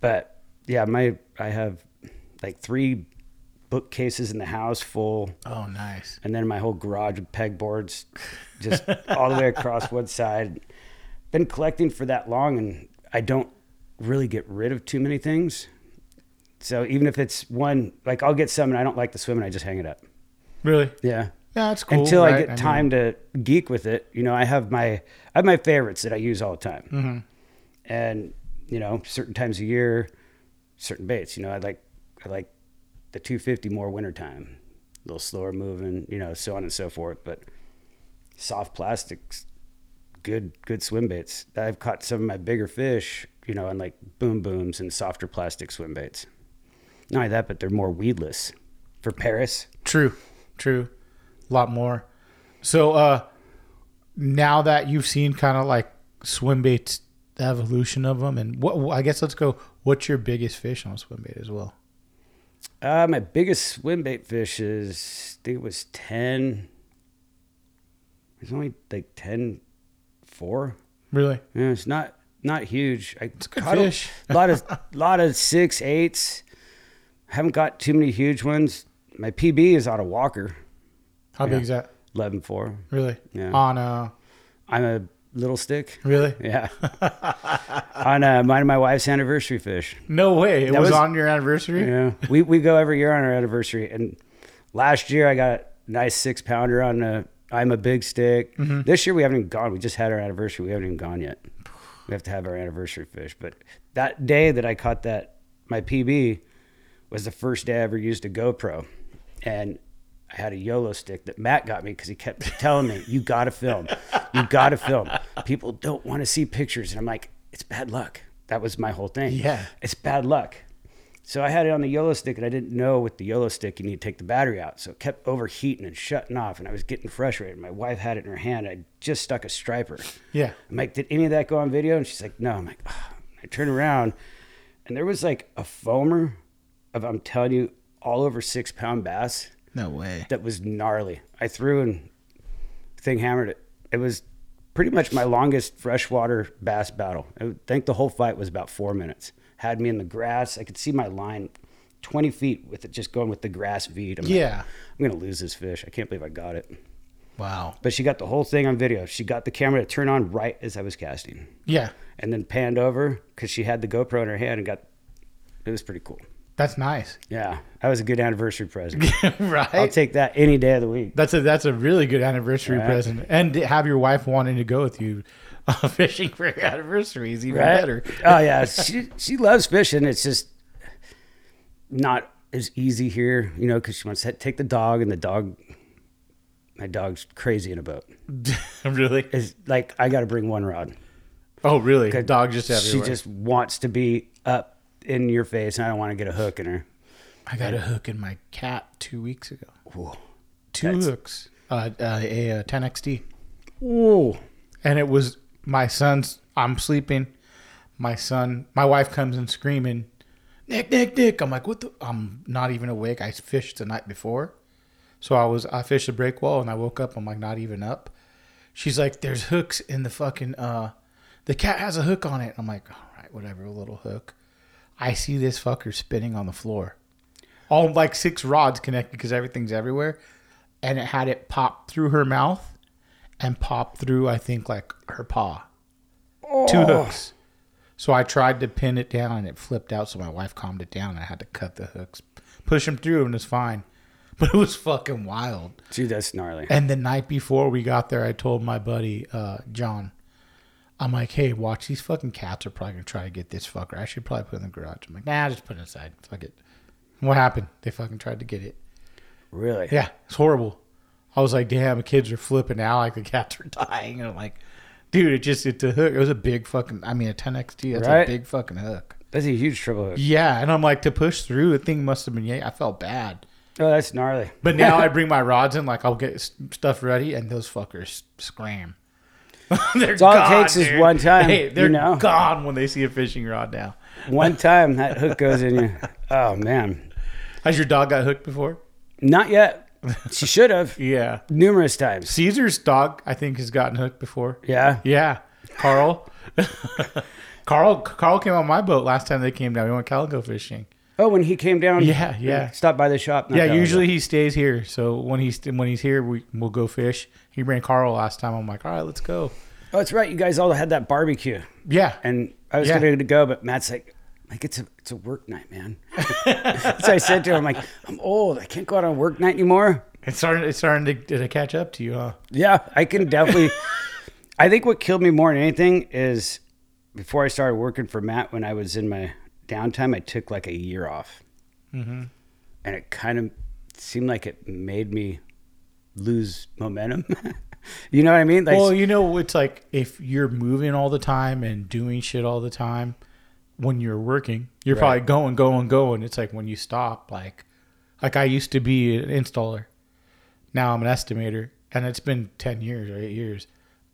[SPEAKER 2] But yeah, my I have like three bookcases in the house full,
[SPEAKER 1] Oh, nice.
[SPEAKER 2] and then my whole garage with pegboards, just all the way across one side. Been collecting for that long, and I don't really get rid of too many things. So even if it's one, like I'll get some and I don't like the swim and I just hang it up.
[SPEAKER 1] Really?
[SPEAKER 2] Yeah
[SPEAKER 1] Yeah, that's cool.
[SPEAKER 2] until I
[SPEAKER 1] right?
[SPEAKER 2] get
[SPEAKER 1] mean,
[SPEAKER 2] time to geek with it. You know, I have my I have my favorites that I use all the time,
[SPEAKER 1] Mm-hmm.
[SPEAKER 2] and you know, certain times of year, certain baits. You know, I like I like the 250 more wintertime, a little slower moving. You know, so on and so forth. But soft plastics, good good swim baits. I've caught some of my bigger fish. You know, on like boom booms and softer plastic swim baits. Not only that, but they're more weedless. For Paris,
[SPEAKER 1] True, true. A lot more. So uh now that you've seen kind of like swim baits, the evolution of them, and what I guess let's go. What's your biggest fish on a swim bait as well?
[SPEAKER 2] Uh, my biggest swim bait fish is, I think it was 10. It's only like 10, 4.
[SPEAKER 1] Really?
[SPEAKER 2] Yeah, it's not not huge. I it's
[SPEAKER 1] a good fish.
[SPEAKER 2] A lot of lot of six eights. Haven't got too many huge ones. My PB is on a Walker,
[SPEAKER 1] How big is that?
[SPEAKER 2] 11 4.
[SPEAKER 1] Really?
[SPEAKER 2] Yeah.
[SPEAKER 1] On a
[SPEAKER 2] I'm a little stick.
[SPEAKER 1] really?
[SPEAKER 2] Yeah. on uh, mine and my wife's anniversary fish.
[SPEAKER 1] No way. It
[SPEAKER 2] That
[SPEAKER 1] was,
[SPEAKER 2] was-
[SPEAKER 1] on your anniversary.
[SPEAKER 2] Yeah, we we go every year on our anniversary, and last year I got a nice six pounder on a I'm a big stick. This year we haven't even gone. We just had our anniversary. We haven't even gone yet. We have to have our anniversary fish. But that day that I caught that my PB was the first day I ever used a GoPro, and I had a YOLO stick that Matt got me because he kept telling me, "You got to film, you got to film." People don't want to see pictures, and I'm like, "It's bad luck." That was my whole thing.
[SPEAKER 1] Yeah.
[SPEAKER 2] it's bad luck. So I had it on the YOLO stick, and I didn't know with the YOLO stick you need to take the battery out. So it kept overheating and shutting off, and I was getting frustrated. My wife had it in her hand. I just stuck a striper.
[SPEAKER 1] Yeah.
[SPEAKER 2] I'm like, did any of that go on video? And she's like, no. I'm like, "Ah." I turn around, and there was like a foamer of I'm telling you, all over six pound bass
[SPEAKER 1] No way.
[SPEAKER 2] that was gnarly. I threw and thing hammered it. It was pretty much my longest freshwater bass battle. I think the whole fight was about four minutes. Had me in the grass. I could see my line 20 feet with it just going with the grass feed. I'm like,
[SPEAKER 1] Yeah.
[SPEAKER 2] I'm going to lose this fish. I can't believe I got it.
[SPEAKER 1] Wow.
[SPEAKER 2] But she got the whole thing on video. She got the camera to turn on right as I was casting
[SPEAKER 1] Yeah.
[SPEAKER 2] and then panned over because she had the GoPro in her hand and got it was pretty cool.
[SPEAKER 1] That's nice.
[SPEAKER 2] Yeah, that was a good anniversary present.
[SPEAKER 1] right.
[SPEAKER 2] I'll take that any day of the week.
[SPEAKER 1] That's a that's a really good anniversary
[SPEAKER 2] Right.
[SPEAKER 1] present, and to have your wife wanting to go with you uh, fishing for your anniversary is even
[SPEAKER 2] Right?
[SPEAKER 1] better.
[SPEAKER 2] oh yeah, she she loves fishing. It's just not as easy here, you know, because she wants to take the dog, and the dog, my dog's crazy in a boat.
[SPEAKER 1] really?
[SPEAKER 2] It's like I got to bring one rod.
[SPEAKER 1] Oh, really? Dog just everywhere.
[SPEAKER 2] She just wants to be up in your face, and I don't want to get a hook in her.
[SPEAKER 1] I got a hook in my cat two weeks ago. Two hooks. Uh, uh, a, uh 10XT.
[SPEAKER 2] Ooh,
[SPEAKER 1] And it was my son's. I'm sleeping. My son, my wife comes in screaming, Nick, Nick, Nick. I'm like, what the? I'm not even awake. I fished the night before. So I was, I fished the break wall and I woke up. I'm like, not even up. She's like, there's hooks in the fucking, uh, the cat has a hook on it. I'm like, all right, whatever, a little hook. I see this fucker spinning on the floor. All like six rods connected because everything's everywhere. And it had it pop through her mouth and pop through, I think, like her paw. Two hooks. So I tried to pin it down and it flipped out. So my wife calmed it down. And I had to cut the hooks, push them through, and it's fine. But it was fucking wild.
[SPEAKER 2] dude, that's gnarly.
[SPEAKER 1] And the night before we got there, I told my buddy uh, John, I'm like, hey, watch these fucking cats are probably gonna try to get this fucker. I should probably put it in the garage. I'm like, nah, just put it inside. Fuck it. And what happened? They fucking tried to get it.
[SPEAKER 2] Really?
[SPEAKER 1] Yeah, it's horrible. I was like, damn, the kids are flipping out like the cats are dying. And I'm like, dude, it just it's a hook. It was a big fucking. I mean, a 10xT. That's
[SPEAKER 2] Right.
[SPEAKER 1] a big fucking hook.
[SPEAKER 2] that's a huge trouble hook.
[SPEAKER 1] Yeah, and I'm like to push through. The thing must have been. Yeah, I felt bad.
[SPEAKER 2] Oh, that's gnarly.
[SPEAKER 1] But now I bring my rods in, like I'll get s- stuff ready, and those fuckers scram. they're
[SPEAKER 2] all it takes is one time,
[SPEAKER 1] Hey,
[SPEAKER 2] you
[SPEAKER 1] they're
[SPEAKER 2] know?
[SPEAKER 1] gone when they see a fishing rod now.
[SPEAKER 2] One time that hook goes in you. Oh man,
[SPEAKER 1] Has your dog got hooked before?
[SPEAKER 2] not yet. She should have
[SPEAKER 1] Yeah.
[SPEAKER 2] numerous times.
[SPEAKER 1] Caesar's dog, I think, has gotten hooked before.
[SPEAKER 2] Yeah.
[SPEAKER 1] Yeah. Carl. Carl Carl came on my boat last time they came down. We went calico fishing.
[SPEAKER 2] Oh, when he came down.
[SPEAKER 1] Yeah, yeah.
[SPEAKER 2] Stop by the shop. not
[SPEAKER 1] yeah,
[SPEAKER 2] that long
[SPEAKER 1] usually he stays here. So when he's when he's here, we we'll go fish. He ran Carl last time. I'm like, all right, let's go.
[SPEAKER 2] ago. Oh, that's right. You guys all had that barbecue,
[SPEAKER 1] Yeah,
[SPEAKER 2] and I was
[SPEAKER 1] Yeah.
[SPEAKER 2] going to go, but Matt's like, like it's a it's a work night, man. so I said to him, like, I'm old. I can't go out on work night anymore.
[SPEAKER 1] it's starting it's starting to, to catch up to you, huh?
[SPEAKER 2] Yeah, I can definitely. I think what killed me more than anything is before I started working for Matt, when I was in my downtime, I took like a year off.
[SPEAKER 1] Mm-hmm.
[SPEAKER 2] And it kind of seemed like it made me lose momentum. you know what I mean? Like,
[SPEAKER 1] Well, you know, it's like if you're moving all the time and doing shit all the time, when you're working, you're probably going, going, going. It's like when you stop, like, like I used to be an installer. Now I'm an estimator, and it's been ten years or eight years,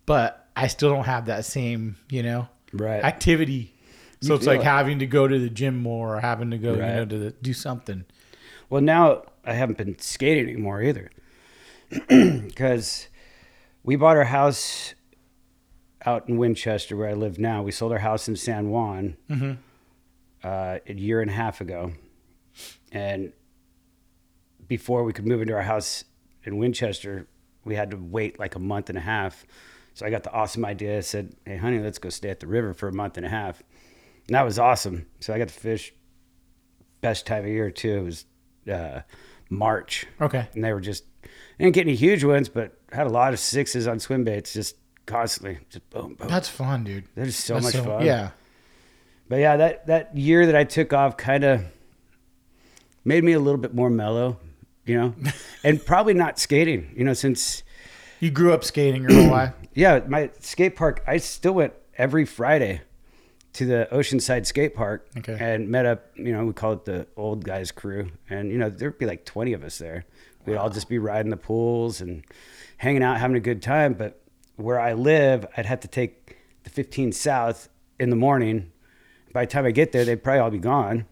[SPEAKER 1] but I still don't have that same, you know,
[SPEAKER 2] Right.
[SPEAKER 1] activity. So it's
[SPEAKER 2] feel
[SPEAKER 1] like
[SPEAKER 2] it.
[SPEAKER 1] having to go to the gym more, or having to go, you know,
[SPEAKER 2] Right.
[SPEAKER 1] to the, do something.
[SPEAKER 2] well, now I haven't been skating anymore either. Because we bought our house out in Winchester, where I live now. We sold our house in San Juan uh, a year and a half ago. And before we could move into our house in Winchester, we had to wait like a month and a half. So I got the awesome idea. I said, Hey, honey, let's go stay at the river for a month and a half. And that was awesome. So I got to fish best time of year, too. It was uh, March.
[SPEAKER 1] Okay.
[SPEAKER 2] And they were just, I didn't get any huge ones, but had a lot of sixes on swim baits just constantly. Just boom, boom.
[SPEAKER 1] That's fun, dude.
[SPEAKER 2] That is so
[SPEAKER 1] That's
[SPEAKER 2] much fun.
[SPEAKER 1] Yeah.
[SPEAKER 2] But yeah, that, that year that I took off kind of made me a little bit more mellow, you know, and probably not skating, you know, since,
[SPEAKER 1] You grew up skating your whole life.
[SPEAKER 2] yeah, my skate park, I still went every Friday to the Oceanside Skate Park
[SPEAKER 1] Okay.
[SPEAKER 2] and met up, you know, we call it the old guys crew. And, you know, there'd be like 20 of us there. We'd all just be riding the pools and hanging out, having a good time. But where I live, I'd have to take the 15 South in the morning. By the time I get there, they'd probably all be gone,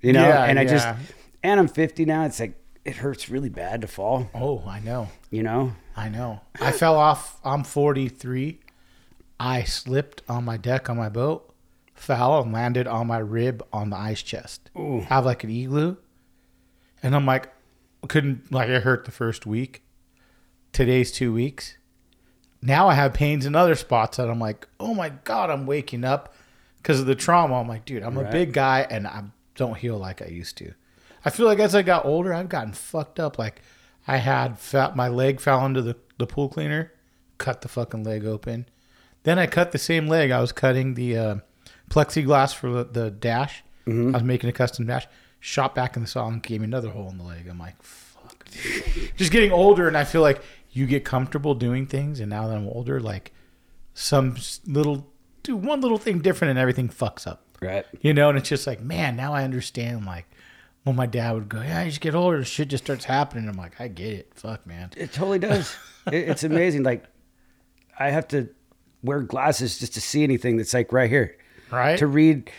[SPEAKER 2] you know?
[SPEAKER 1] Yeah,
[SPEAKER 2] and I just,
[SPEAKER 1] yeah.
[SPEAKER 2] and I'm 50 now. It's like, it hurts really bad to fall,
[SPEAKER 1] Oh, I know.
[SPEAKER 2] you know?
[SPEAKER 1] I know. I fell off. I'm 43. I slipped on my deck on my boat, fell and landed on my rib on the ice chest. I have like an igloo. And I'm like, couldn't, like, it hurt the first week. Today's two weeks. Now I have pains in other spots that I'm like, oh my God, I'm waking up because of the trauma. I'm like, dude, I'm a big guy and I don't heal like I used to. I feel like as I got older, I've gotten fucked up. Like, I had fat, my leg fell into the, the pool cleaner, cut the fucking leg open. Then I cut the same leg. I was cutting the uh, plexiglass for the, the dash. I was making a custom dash. Shot back in the saw and gave me another hole in the leg. I'm like, fuck. Just getting older, and I feel like you get comfortable doing things. And now that I'm older, like some s- little, do one little thing different, and everything fucks up.
[SPEAKER 2] Right.
[SPEAKER 1] You know, and it's just like, man, now I understand. Like, when my dad would go, yeah, I just get older, shit just starts happening. I'm like, I get it. Fuck, man.
[SPEAKER 2] It totally does. it, it's amazing. Like I have to wear glasses just to see anything that's like right here.
[SPEAKER 1] Right?
[SPEAKER 2] To read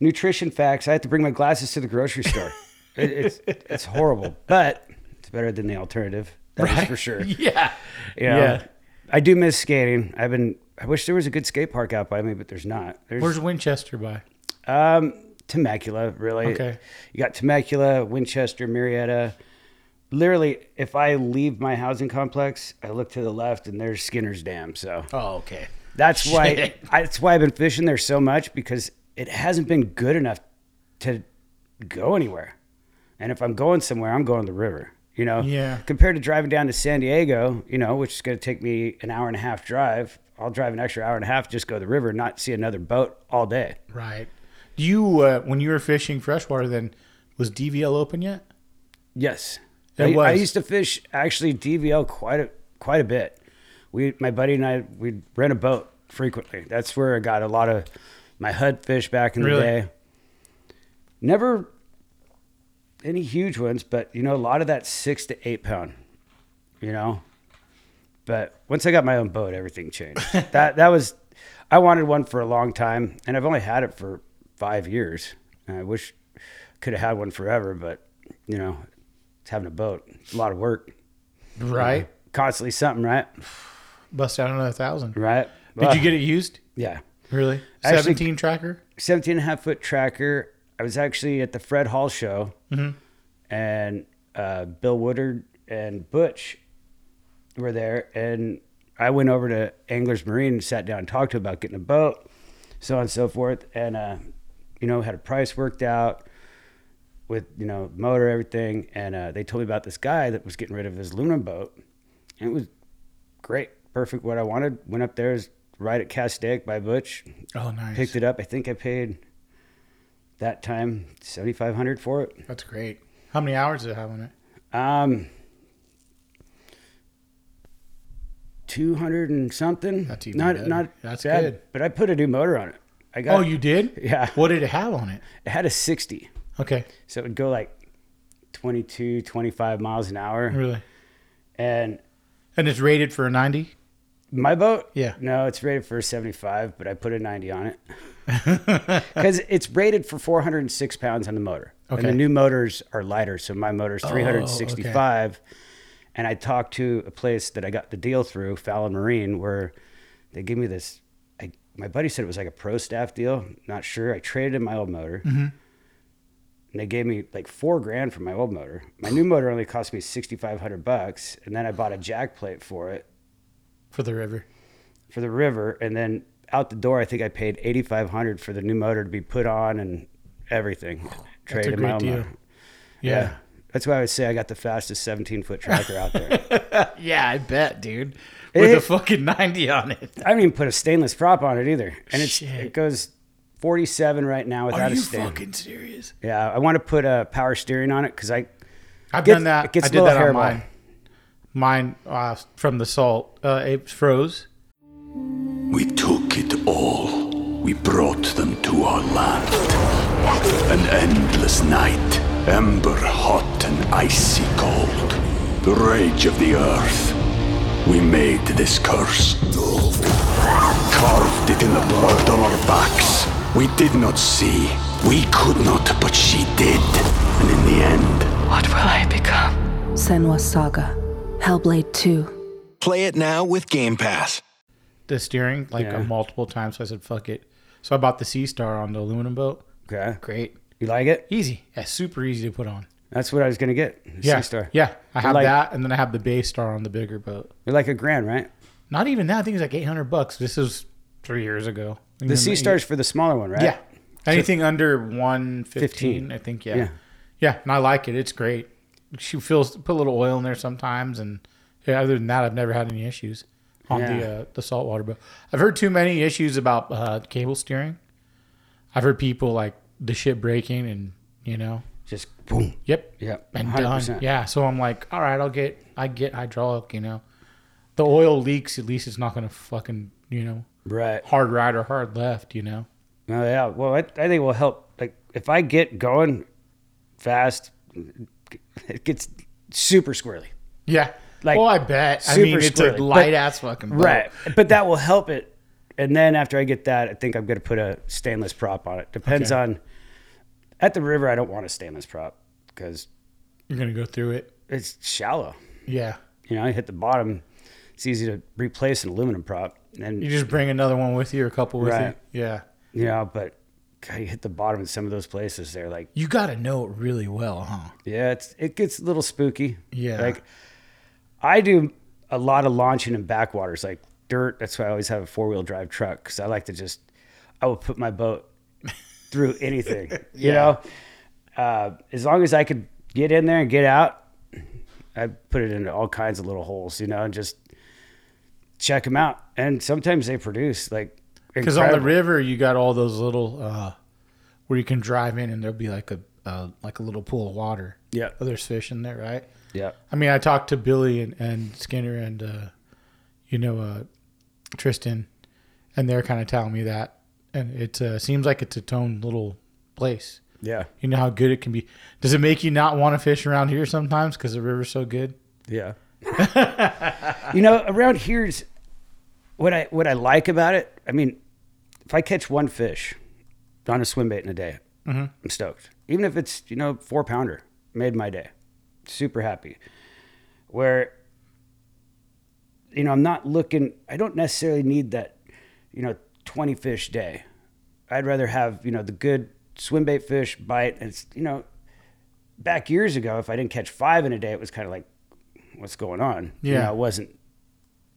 [SPEAKER 2] nutrition facts, I have to bring my glasses to the grocery store. it, it's it's horrible, but it's better than the alternative. That's for sure.
[SPEAKER 1] Yeah.
[SPEAKER 2] Yeah.
[SPEAKER 1] Yeah.
[SPEAKER 2] I do miss skating. I've been. I wish there was a good skate park out by me, but there's not. There's
[SPEAKER 1] Where's Winchester by?
[SPEAKER 2] um, Temecula, really.
[SPEAKER 1] Okay.
[SPEAKER 2] You got Temecula, Winchester, Marietta. Literally, if I leave my housing complex, I look to the left and there's Skinner's Dam. So
[SPEAKER 1] Oh, okay.
[SPEAKER 2] that's why
[SPEAKER 1] shit.
[SPEAKER 2] I, that's why I've been fishing there so much because it hasn't been good enough to go anywhere. And if I'm going somewhere, I'm going to the river. You know,
[SPEAKER 1] Yeah.
[SPEAKER 2] Compared to driving down to San Diego, you know, which is going to take me an hour and a half drive, I'll drive an extra hour and a half just go to the river, and not see another boat all day.
[SPEAKER 1] Right. Do you, uh, when you were fishing freshwater, then was DVL open yet?
[SPEAKER 2] Yes,
[SPEAKER 1] It
[SPEAKER 2] I, I
[SPEAKER 1] was.
[SPEAKER 2] used to fish actually DVL quite a quite a bit. We, my buddy and I, we'd rent a boat frequently. That's where I got a lot of my HUD fish back in
[SPEAKER 1] Really?
[SPEAKER 2] the day. Never any huge ones, but you know, a lot of that six to eight pound, you know. But once I got my own boat, everything changed. that that was, I wanted one for a long time, and I've only had it for five years. And I wish could have had one forever, but you know, it's having a boat. It's a lot of work,
[SPEAKER 1] Right.
[SPEAKER 2] constantly something, right?
[SPEAKER 1] Bust out another thousand.
[SPEAKER 2] Right.
[SPEAKER 1] Did you get it used?
[SPEAKER 2] Yeah.
[SPEAKER 1] Really?
[SPEAKER 2] Actually-
[SPEAKER 1] 17 tracker?
[SPEAKER 2] 17 and a half foot tracker. I was actually at the Fred Hall show, and uh, Bill Woodard and Butch were there. And I went over to Anglers Marine and sat down and talked to him about getting a boat, so on and so forth. And, uh, you know, had a price worked out with, you know, motor, everything. And uh, they told me about this guy that was getting rid of his aluminum boat. And it was great, perfect, what I wanted. Went up there, it was right at Castaic by Butch
[SPEAKER 1] Oh, nice.
[SPEAKER 2] picked it up. I think I paid that time seventy five hundred for it.
[SPEAKER 1] That's great. How many hours did it have on it?
[SPEAKER 2] Um, two hundred and something.
[SPEAKER 1] That's even
[SPEAKER 2] not
[SPEAKER 1] better.
[SPEAKER 2] not
[SPEAKER 1] That's
[SPEAKER 2] bad,
[SPEAKER 1] good.
[SPEAKER 2] But I put a new motor on it. I got.
[SPEAKER 1] Oh, you did?
[SPEAKER 2] Yeah.
[SPEAKER 1] What did it have on it?
[SPEAKER 2] It had a sixty,
[SPEAKER 1] Okay.
[SPEAKER 2] so it would go like 22, 25 miles an hour.
[SPEAKER 1] Really?
[SPEAKER 2] And
[SPEAKER 1] And it's rated for a 90?
[SPEAKER 2] My boat?
[SPEAKER 1] Yeah.
[SPEAKER 2] No, it's rated for 75, but I put a 90 on it. Because it's rated for 406 pounds on the motor. And
[SPEAKER 1] Okay. Oh,
[SPEAKER 2] the new motors are lighter. So my motor's 365. And I talked to a place that I got the deal through, Fallon Marine, where they gave me this. I, my buddy said it was like a pro staff deal. Not sure. I traded in my old motor.
[SPEAKER 1] Mm-hmm.
[SPEAKER 2] And they gave me like four grand for my old motor. My new motor only cost me 6,500 bucks. And then I bought a jack plate for it
[SPEAKER 1] For the river.
[SPEAKER 2] for the river, and then out the door, I think I paid eighty five hundred for the new motor to be put on and everything.
[SPEAKER 1] That's a
[SPEAKER 2] Traded my
[SPEAKER 1] great
[SPEAKER 2] own
[SPEAKER 1] deal.
[SPEAKER 2] motor.
[SPEAKER 1] Yeah.
[SPEAKER 2] that's why I would say I got the fastest seventeen foot tracker out there.
[SPEAKER 1] yeah. I bet, dude. With a
[SPEAKER 2] It-
[SPEAKER 1] fucking 90 on it.
[SPEAKER 2] I haven't even put a stainless prop on it either, and it's
[SPEAKER 1] Shit.
[SPEAKER 2] it goes forty seven right now
[SPEAKER 1] Are
[SPEAKER 2] without a
[SPEAKER 1] you
[SPEAKER 2] stain.
[SPEAKER 1] fucking serious?
[SPEAKER 2] yeah, I want to put a power steering on it because I
[SPEAKER 1] I've
[SPEAKER 2] Gets-
[SPEAKER 1] done that.
[SPEAKER 2] it gets
[SPEAKER 1] I
[SPEAKER 2] a
[SPEAKER 1] did
[SPEAKER 2] little
[SPEAKER 1] that on
[SPEAKER 2] hairball.
[SPEAKER 1] mine. Mine uh, from the salt. Uh, it froze.
[SPEAKER 3] We took it all. We brought them to our land. An endless night, ember hot and icy cold. The rage of the earth. We made this curse. Carved it in the blood on our backs. We did not see. We could not, but she did. And in the end,
[SPEAKER 4] What will I become? Senwa Saga, Hellblade 2.
[SPEAKER 5] Play it now with Game Pass.
[SPEAKER 1] The steering, like
[SPEAKER 2] Yeah.
[SPEAKER 1] uh, multiple times. So I said, fuck it. So I bought the Sea Star on the aluminum boat.
[SPEAKER 2] okay,
[SPEAKER 1] Great.
[SPEAKER 2] you like it?
[SPEAKER 1] Easy. Yeah, super easy to put on.
[SPEAKER 2] That's what I was gonna get. a
[SPEAKER 1] Yeah.
[SPEAKER 2] C-Star.
[SPEAKER 1] Yeah. I have
[SPEAKER 2] like-
[SPEAKER 1] that. And then I have the Bay Star on the bigger boat.
[SPEAKER 2] you're like a grand, right?
[SPEAKER 1] Not even that. I think it's like 800 bucks. This is three years ago.
[SPEAKER 2] The Sea Star's for the smaller one, right?
[SPEAKER 1] Yeah. Anything under 115,
[SPEAKER 2] 15.
[SPEAKER 1] I think. Yeah. yeah.
[SPEAKER 2] Yeah.
[SPEAKER 1] And I like it. It's great. She feels, put a little oil in there sometimes. And yeah, other than that, I've never had any issues on
[SPEAKER 2] Yeah.
[SPEAKER 1] the, uh, the saltwater boat. I've heard too many issues about uh, cable steering. I've heard people like the ship breaking and, you know,
[SPEAKER 2] Just boom.
[SPEAKER 1] yep.
[SPEAKER 2] Yeah,
[SPEAKER 1] And
[SPEAKER 2] 100%.
[SPEAKER 1] done. Yeah. So I'm like, all right, I'll get, I get hydraulic, you know. The oil leaks, at least it's not going to fucking, you know,
[SPEAKER 2] Right.
[SPEAKER 1] hard right or hard left, you know.
[SPEAKER 2] Oh yeah. Well, I, I think it will help. Like if I get going fast, it gets super squirrely.
[SPEAKER 1] Yeah.
[SPEAKER 2] Like,
[SPEAKER 1] oh, I bet. I
[SPEAKER 2] super
[SPEAKER 1] mean, it's a
[SPEAKER 2] squirrely,
[SPEAKER 1] light
[SPEAKER 2] but-
[SPEAKER 1] ass fucking boat.
[SPEAKER 2] But that will help it. And then after I get that, I think I'm going to put a stainless prop on it. Depends
[SPEAKER 1] Okay.
[SPEAKER 2] on. At the river, I don't want a stainless prop because
[SPEAKER 1] You're gonna go through it.
[SPEAKER 2] it's shallow.
[SPEAKER 1] Yeah.
[SPEAKER 2] You know, I hit the bottom. It's easy to replace an aluminum prop. And
[SPEAKER 1] You just bring another one with you or a couple with
[SPEAKER 2] Right.
[SPEAKER 1] you. Yeah.
[SPEAKER 2] you know, but God, you hit the bottom in some of those places. They're like.
[SPEAKER 1] You gotta know it really well, huh?
[SPEAKER 2] Yeah, it's it gets a little spooky.
[SPEAKER 1] Yeah.
[SPEAKER 2] Like I do a lot of launching in backwaters, like dirt. That's why I always have a four wheel drive truck because I like to just I will put my boat through anything. You know, uh, as long as I could get in there and get out, I put it into all kinds of little holes. You know, and just check them out. And sometimes they produce like
[SPEAKER 1] Because on the
[SPEAKER 2] incredible-
[SPEAKER 1] river you got all those little uh where you can drive in and there'll be like a uh, like a little pool of water.
[SPEAKER 2] Yeah.
[SPEAKER 1] Oh, there's fish in there, right?
[SPEAKER 2] yeah.
[SPEAKER 1] I mean I talked to Billy and, and Skinner and uh you know uh Tristan and they're kinda telling me that. And it uh, seems like it's its own little place.
[SPEAKER 2] Yeah.
[SPEAKER 1] You know how good it can be. Does it make you not want to fish around here sometimes because the river's so good?
[SPEAKER 2] Yeah. you know, around here's what I what I like about it. I mean, if I catch one fish on a swim bait in a day, I'm stoked. Even if it's you know four pounder, made my day. Super happy. Where you know I'm not looking. I don't necessarily need that. You know, 20 fish day. I'd rather have you know the good swim bait fish bite. And it's you know back years ago, if I didn't catch five in a day, it was kind of like, what's going on? You
[SPEAKER 1] Yeah.
[SPEAKER 2] know, it wasn't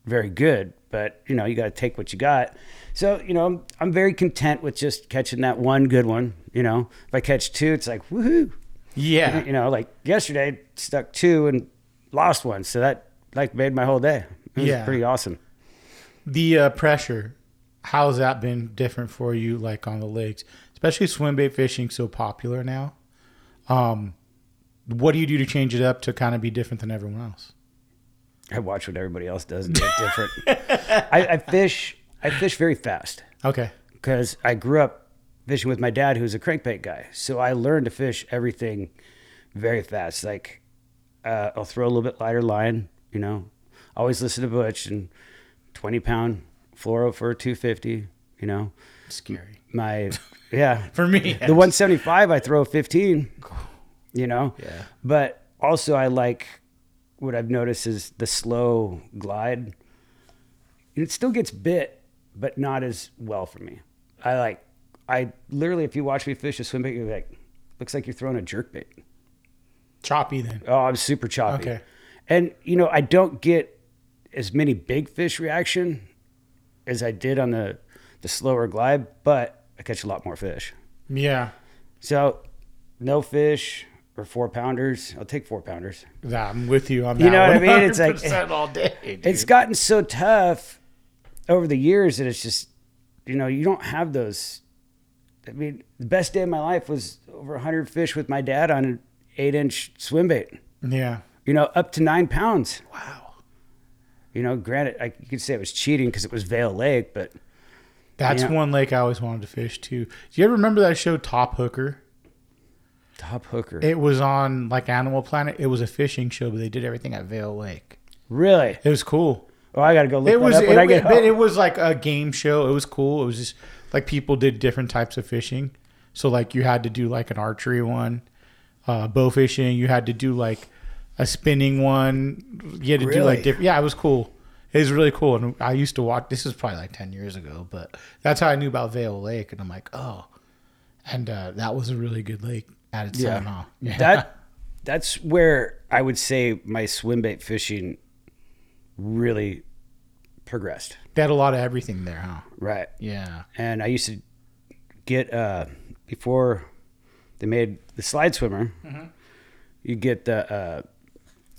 [SPEAKER 2] very good, but you know, you got to take what you got. So, you know, I'm, I'm very content with just catching that one good one. You know, if I catch two, it's like, woohoo.
[SPEAKER 1] Yeah.
[SPEAKER 2] You know, like yesterday, stuck two and lost one. So that like made my whole day. It was
[SPEAKER 1] Yeah.
[SPEAKER 2] pretty awesome.
[SPEAKER 1] The uh, pressure, how's that been different for you, like on the lakes, especially swim bait fishing so popular now? Um, what do you do to change it up to kind of be different than everyone else?
[SPEAKER 2] I watch what everybody else does and get different. I, I fish, I fish very fast.
[SPEAKER 1] Okay.
[SPEAKER 2] because I grew up fishing with my dad, who's a crankbait guy. So I learned to fish everything very fast. Like uh, I'll throw a little bit lighter line, you know. Always listen to Butch and twenty pound fluoro for two fifty. You know,
[SPEAKER 1] Scary.
[SPEAKER 2] my yeah
[SPEAKER 1] For me.
[SPEAKER 2] the 175 I throw 15, you know?
[SPEAKER 1] Yeah.
[SPEAKER 2] But also I like what I've noticed is the slow glide. It still gets bit, but not as well for me. I like I literally if you watch me fish a swim bait, you're like, looks like you're throwing a jerk bait.
[SPEAKER 1] Choppy then.
[SPEAKER 2] Oh, I'm super choppy.
[SPEAKER 1] Okay.
[SPEAKER 2] And you know, I don't get as many big fish reaction as I did on the the slower glide, but I catch a lot more fish.
[SPEAKER 1] Yeah.
[SPEAKER 2] So, no fish or four pounders. I'll take four pounders.
[SPEAKER 1] Nah, I'm with you on that.
[SPEAKER 2] You know what I mean? It's like-
[SPEAKER 1] 100% all day. dude.
[SPEAKER 2] It's gotten so tough over the years that it's just, you know, you don't have those. I mean, the best day of my life was over 100 fish with my dad on an eight inch swim bait,
[SPEAKER 1] yeah.
[SPEAKER 2] you know, up to nine pounds.
[SPEAKER 1] Wow.
[SPEAKER 2] You know, granted, I, you could say it was cheating because it was Vale Lake, but
[SPEAKER 1] That's
[SPEAKER 2] Yeah.
[SPEAKER 1] one lake I always wanted to fish too. Do you ever remember that show Top Hooker?
[SPEAKER 2] top hooker.
[SPEAKER 1] It was on like Animal Planet. It was a fishing show, but they did everything at Vale Lake.
[SPEAKER 2] really?
[SPEAKER 1] It was cool.
[SPEAKER 2] Oh, I got to go look
[SPEAKER 1] It
[SPEAKER 2] that
[SPEAKER 1] was
[SPEAKER 2] up
[SPEAKER 1] it,
[SPEAKER 2] when I get
[SPEAKER 1] was- but
[SPEAKER 2] home.
[SPEAKER 1] it was like a game show. It was cool. It was just like people did different types of fishing. So like you had to do like an archery one, uh, bow fishing. You had to do like a spinning one. You had to do
[SPEAKER 2] Really?
[SPEAKER 1] like different. Yeah, it was cool. It was really cool, and I used to watch. This is probably like ten years ago, but that's how I knew about Vale Lake. And I'm like, oh, and uh, that was a really good lake at its time. huh? Yeah.
[SPEAKER 2] That that's where I would say my swim bait fishing really progressed.
[SPEAKER 1] They had a lot of everything there, huh?
[SPEAKER 2] Right.
[SPEAKER 1] Yeah.
[SPEAKER 2] And I used to get uh before they made the slide swimmer, you get the uh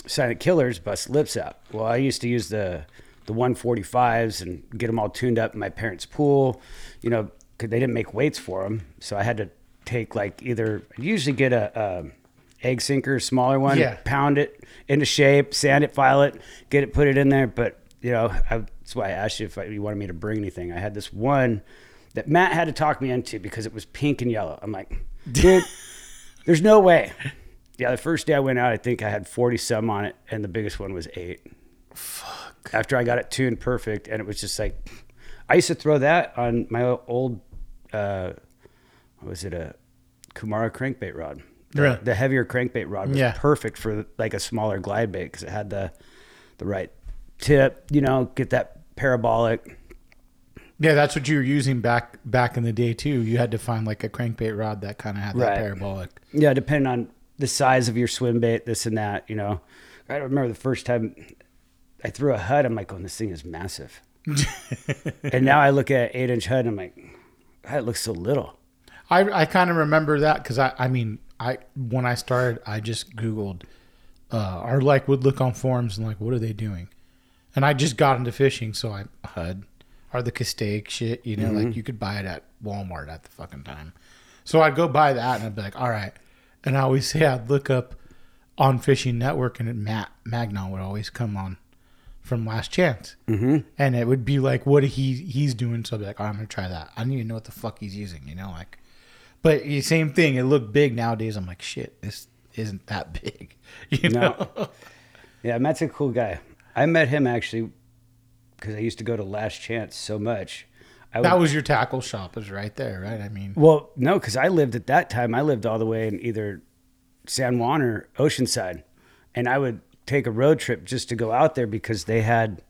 [SPEAKER 2] silent killers bust lips out. Well, I used to use the the 145s and get them all tuned up in my parents' pool, you know, cuz they didn't make weights for them. So I had to take like either I usually get a um egg sinker, smaller one,
[SPEAKER 1] Yeah.
[SPEAKER 2] pound it into shape, sand it, file it, get it, put it in there. But you know, I, that's why I asked you if I, you wanted me to bring anything. I had this one that Matt had to talk me into because it was pink and yellow. I'm like, dude, there's no way. Yeah, the first day I went out, I think I had 40 some on it, and the biggest one was eight. Fuck. After I got it tuned perfect, and it was just like, I used to throw that on my old, uh, what was it a Kumara crankbait rod? The,
[SPEAKER 1] Really?
[SPEAKER 2] the heavier crankbait rod was
[SPEAKER 1] Yeah.
[SPEAKER 2] perfect for like a smaller glide bait because it had the the right tip. You know, get that parabolic.
[SPEAKER 1] Yeah, that's what you were using back back in the day too. You had to find like a crankbait rod that kind of had that
[SPEAKER 2] Right.
[SPEAKER 1] parabolic.
[SPEAKER 2] Yeah, depending on the size of your swim bait, this and that. You know, I remember the first time I threw a HUD. I'm like, "Oh, this thing is massive." and now I look at an eight inch HUD, and I'm like, "That looks so little."
[SPEAKER 1] I I kind of remember that because I I mean I when I started I just googled uh, or like would look on forums and like what are they doing, and I just got into fishing so I HUD or the Castaic shit you know like you could buy it at Walmart at the fucking time, so I'd go buy that and I'd be like all right, and I always say I'd look up on Fishing Network and Matt Magnon would always come on from Last Chance. Mm-hmm. And it would be like, what he he's doing. So I'd be like, "All right, I'm gonna try that. I don't even know what the fuck he's using, you know, like. But the same thing. It looked big nowadays. I'm like, shit, this isn't that big. You know?
[SPEAKER 2] No. yeah, Matt's a cool guy. I met him actually because I used to go to Last Chance so much. I
[SPEAKER 1] That
[SPEAKER 2] would-
[SPEAKER 1] was your tackle shop, is right there, right? I mean,
[SPEAKER 2] well, no, because I lived at that time. I lived all the way in either San Juan or Oceanside, and I would take a road trip just to go out there because they had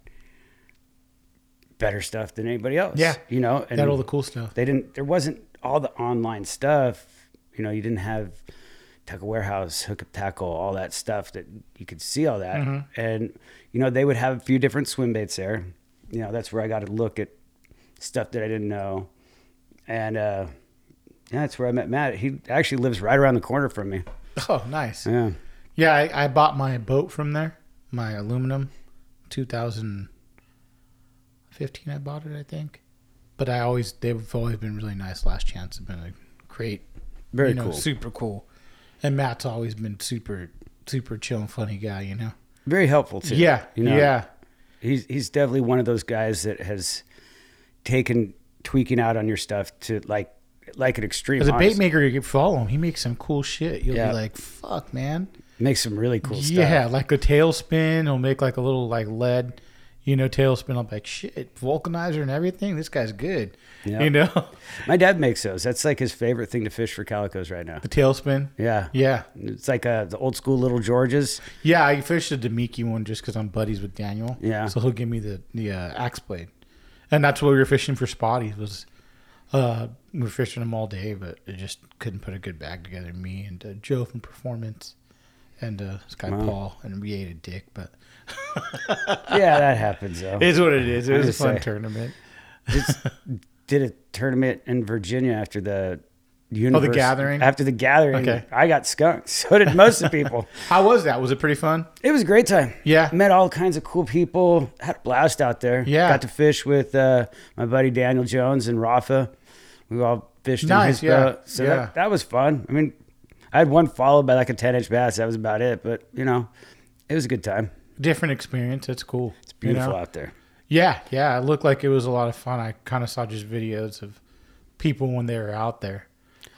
[SPEAKER 2] better stuff than anybody else.
[SPEAKER 1] Yeah.
[SPEAKER 2] you know, and
[SPEAKER 1] They had all the cool stuff.
[SPEAKER 2] They didn't. There wasn't all the online stuff. You know, you didn't have tackle warehouse, hookup tackle, all that stuff that you could see all that.
[SPEAKER 1] Mm-hmm.
[SPEAKER 2] And you know, they would have a few different swim baits there. You know, that's where I got to look at stuff that I didn't know. And uh, yeah, that's where I met Matt. He actually lives right around the corner from me.
[SPEAKER 1] oh, nice.
[SPEAKER 2] Yeah.
[SPEAKER 1] Yeah, I, I bought my boat from there, my aluminum, 2015. I bought it, I think. But I always they've always been really nice. Last chance have been a great,
[SPEAKER 2] Very
[SPEAKER 1] you know,
[SPEAKER 2] cool.
[SPEAKER 1] super cool. And Matt's always been super, super chill and funny guy. You know.
[SPEAKER 2] Very helpful too.
[SPEAKER 1] Yeah,
[SPEAKER 2] You know,
[SPEAKER 1] yeah.
[SPEAKER 2] He's he's definitely one of those guys that has taken tweaking out on your stuff to like like an extreme.
[SPEAKER 1] As a bait
[SPEAKER 2] honestly.
[SPEAKER 1] maker, you can follow him. He makes some cool shit. You'll
[SPEAKER 2] Yeah.
[SPEAKER 1] be like, "Fuck, man!"
[SPEAKER 2] Makes some really cool stuff.
[SPEAKER 1] yeah, like a tailspin. He'll make like a little like lead, you know, tailspin. I'm like, shit, vulcanizer and everything. This guy's good.
[SPEAKER 2] Yeah.
[SPEAKER 1] You know,
[SPEAKER 2] My dad makes those. That's like his favorite thing to fish for calicos right now.
[SPEAKER 1] the tailspin.
[SPEAKER 2] Yeah.
[SPEAKER 1] Yeah.
[SPEAKER 2] It's like uh, the old school little Georges.
[SPEAKER 1] Yeah, I fished a Demiki one just because I'm buddies with Daniel.
[SPEAKER 2] Yeah.
[SPEAKER 1] So he'll give me the, the uh, axe blade. And that's what we were fishing for spotties was uh, we were fishing them all day, but I just couldn't put a good bag together. Me and uh, Joe from Performance and uh, this guy Paul, and we ate a dick, but
[SPEAKER 2] Yeah, that happens though.
[SPEAKER 1] it's what it is. It was a
[SPEAKER 2] just
[SPEAKER 1] fun
[SPEAKER 2] say-
[SPEAKER 1] tournament.
[SPEAKER 2] Just did a tournament in Virginia after the universe.
[SPEAKER 1] Oh, Gathering?
[SPEAKER 2] After the gathering.
[SPEAKER 1] Okay.
[SPEAKER 2] I got skunked. So did most of the people.
[SPEAKER 1] How was that? Was it pretty fun?
[SPEAKER 2] It was a great time.
[SPEAKER 1] Yeah.
[SPEAKER 2] Met all kinds of cool people. Had a blast out there.
[SPEAKER 1] Yeah.
[SPEAKER 2] Got to fish with uh, my buddy Daniel Jones and Rafa. We all fished in
[SPEAKER 1] Nice,
[SPEAKER 2] his
[SPEAKER 1] yeah,
[SPEAKER 2] boat. So
[SPEAKER 1] yeah.
[SPEAKER 2] That, that was fun. I mean, I had one followed by like a 10 inch bass. That was about it. But, you know, it was a good time.
[SPEAKER 1] Different experience. It's cool. It's
[SPEAKER 2] Beautiful out there.
[SPEAKER 1] Yeah, yeah. It looked like it was a lot of fun. I kind of saw just videos of people when they were out there.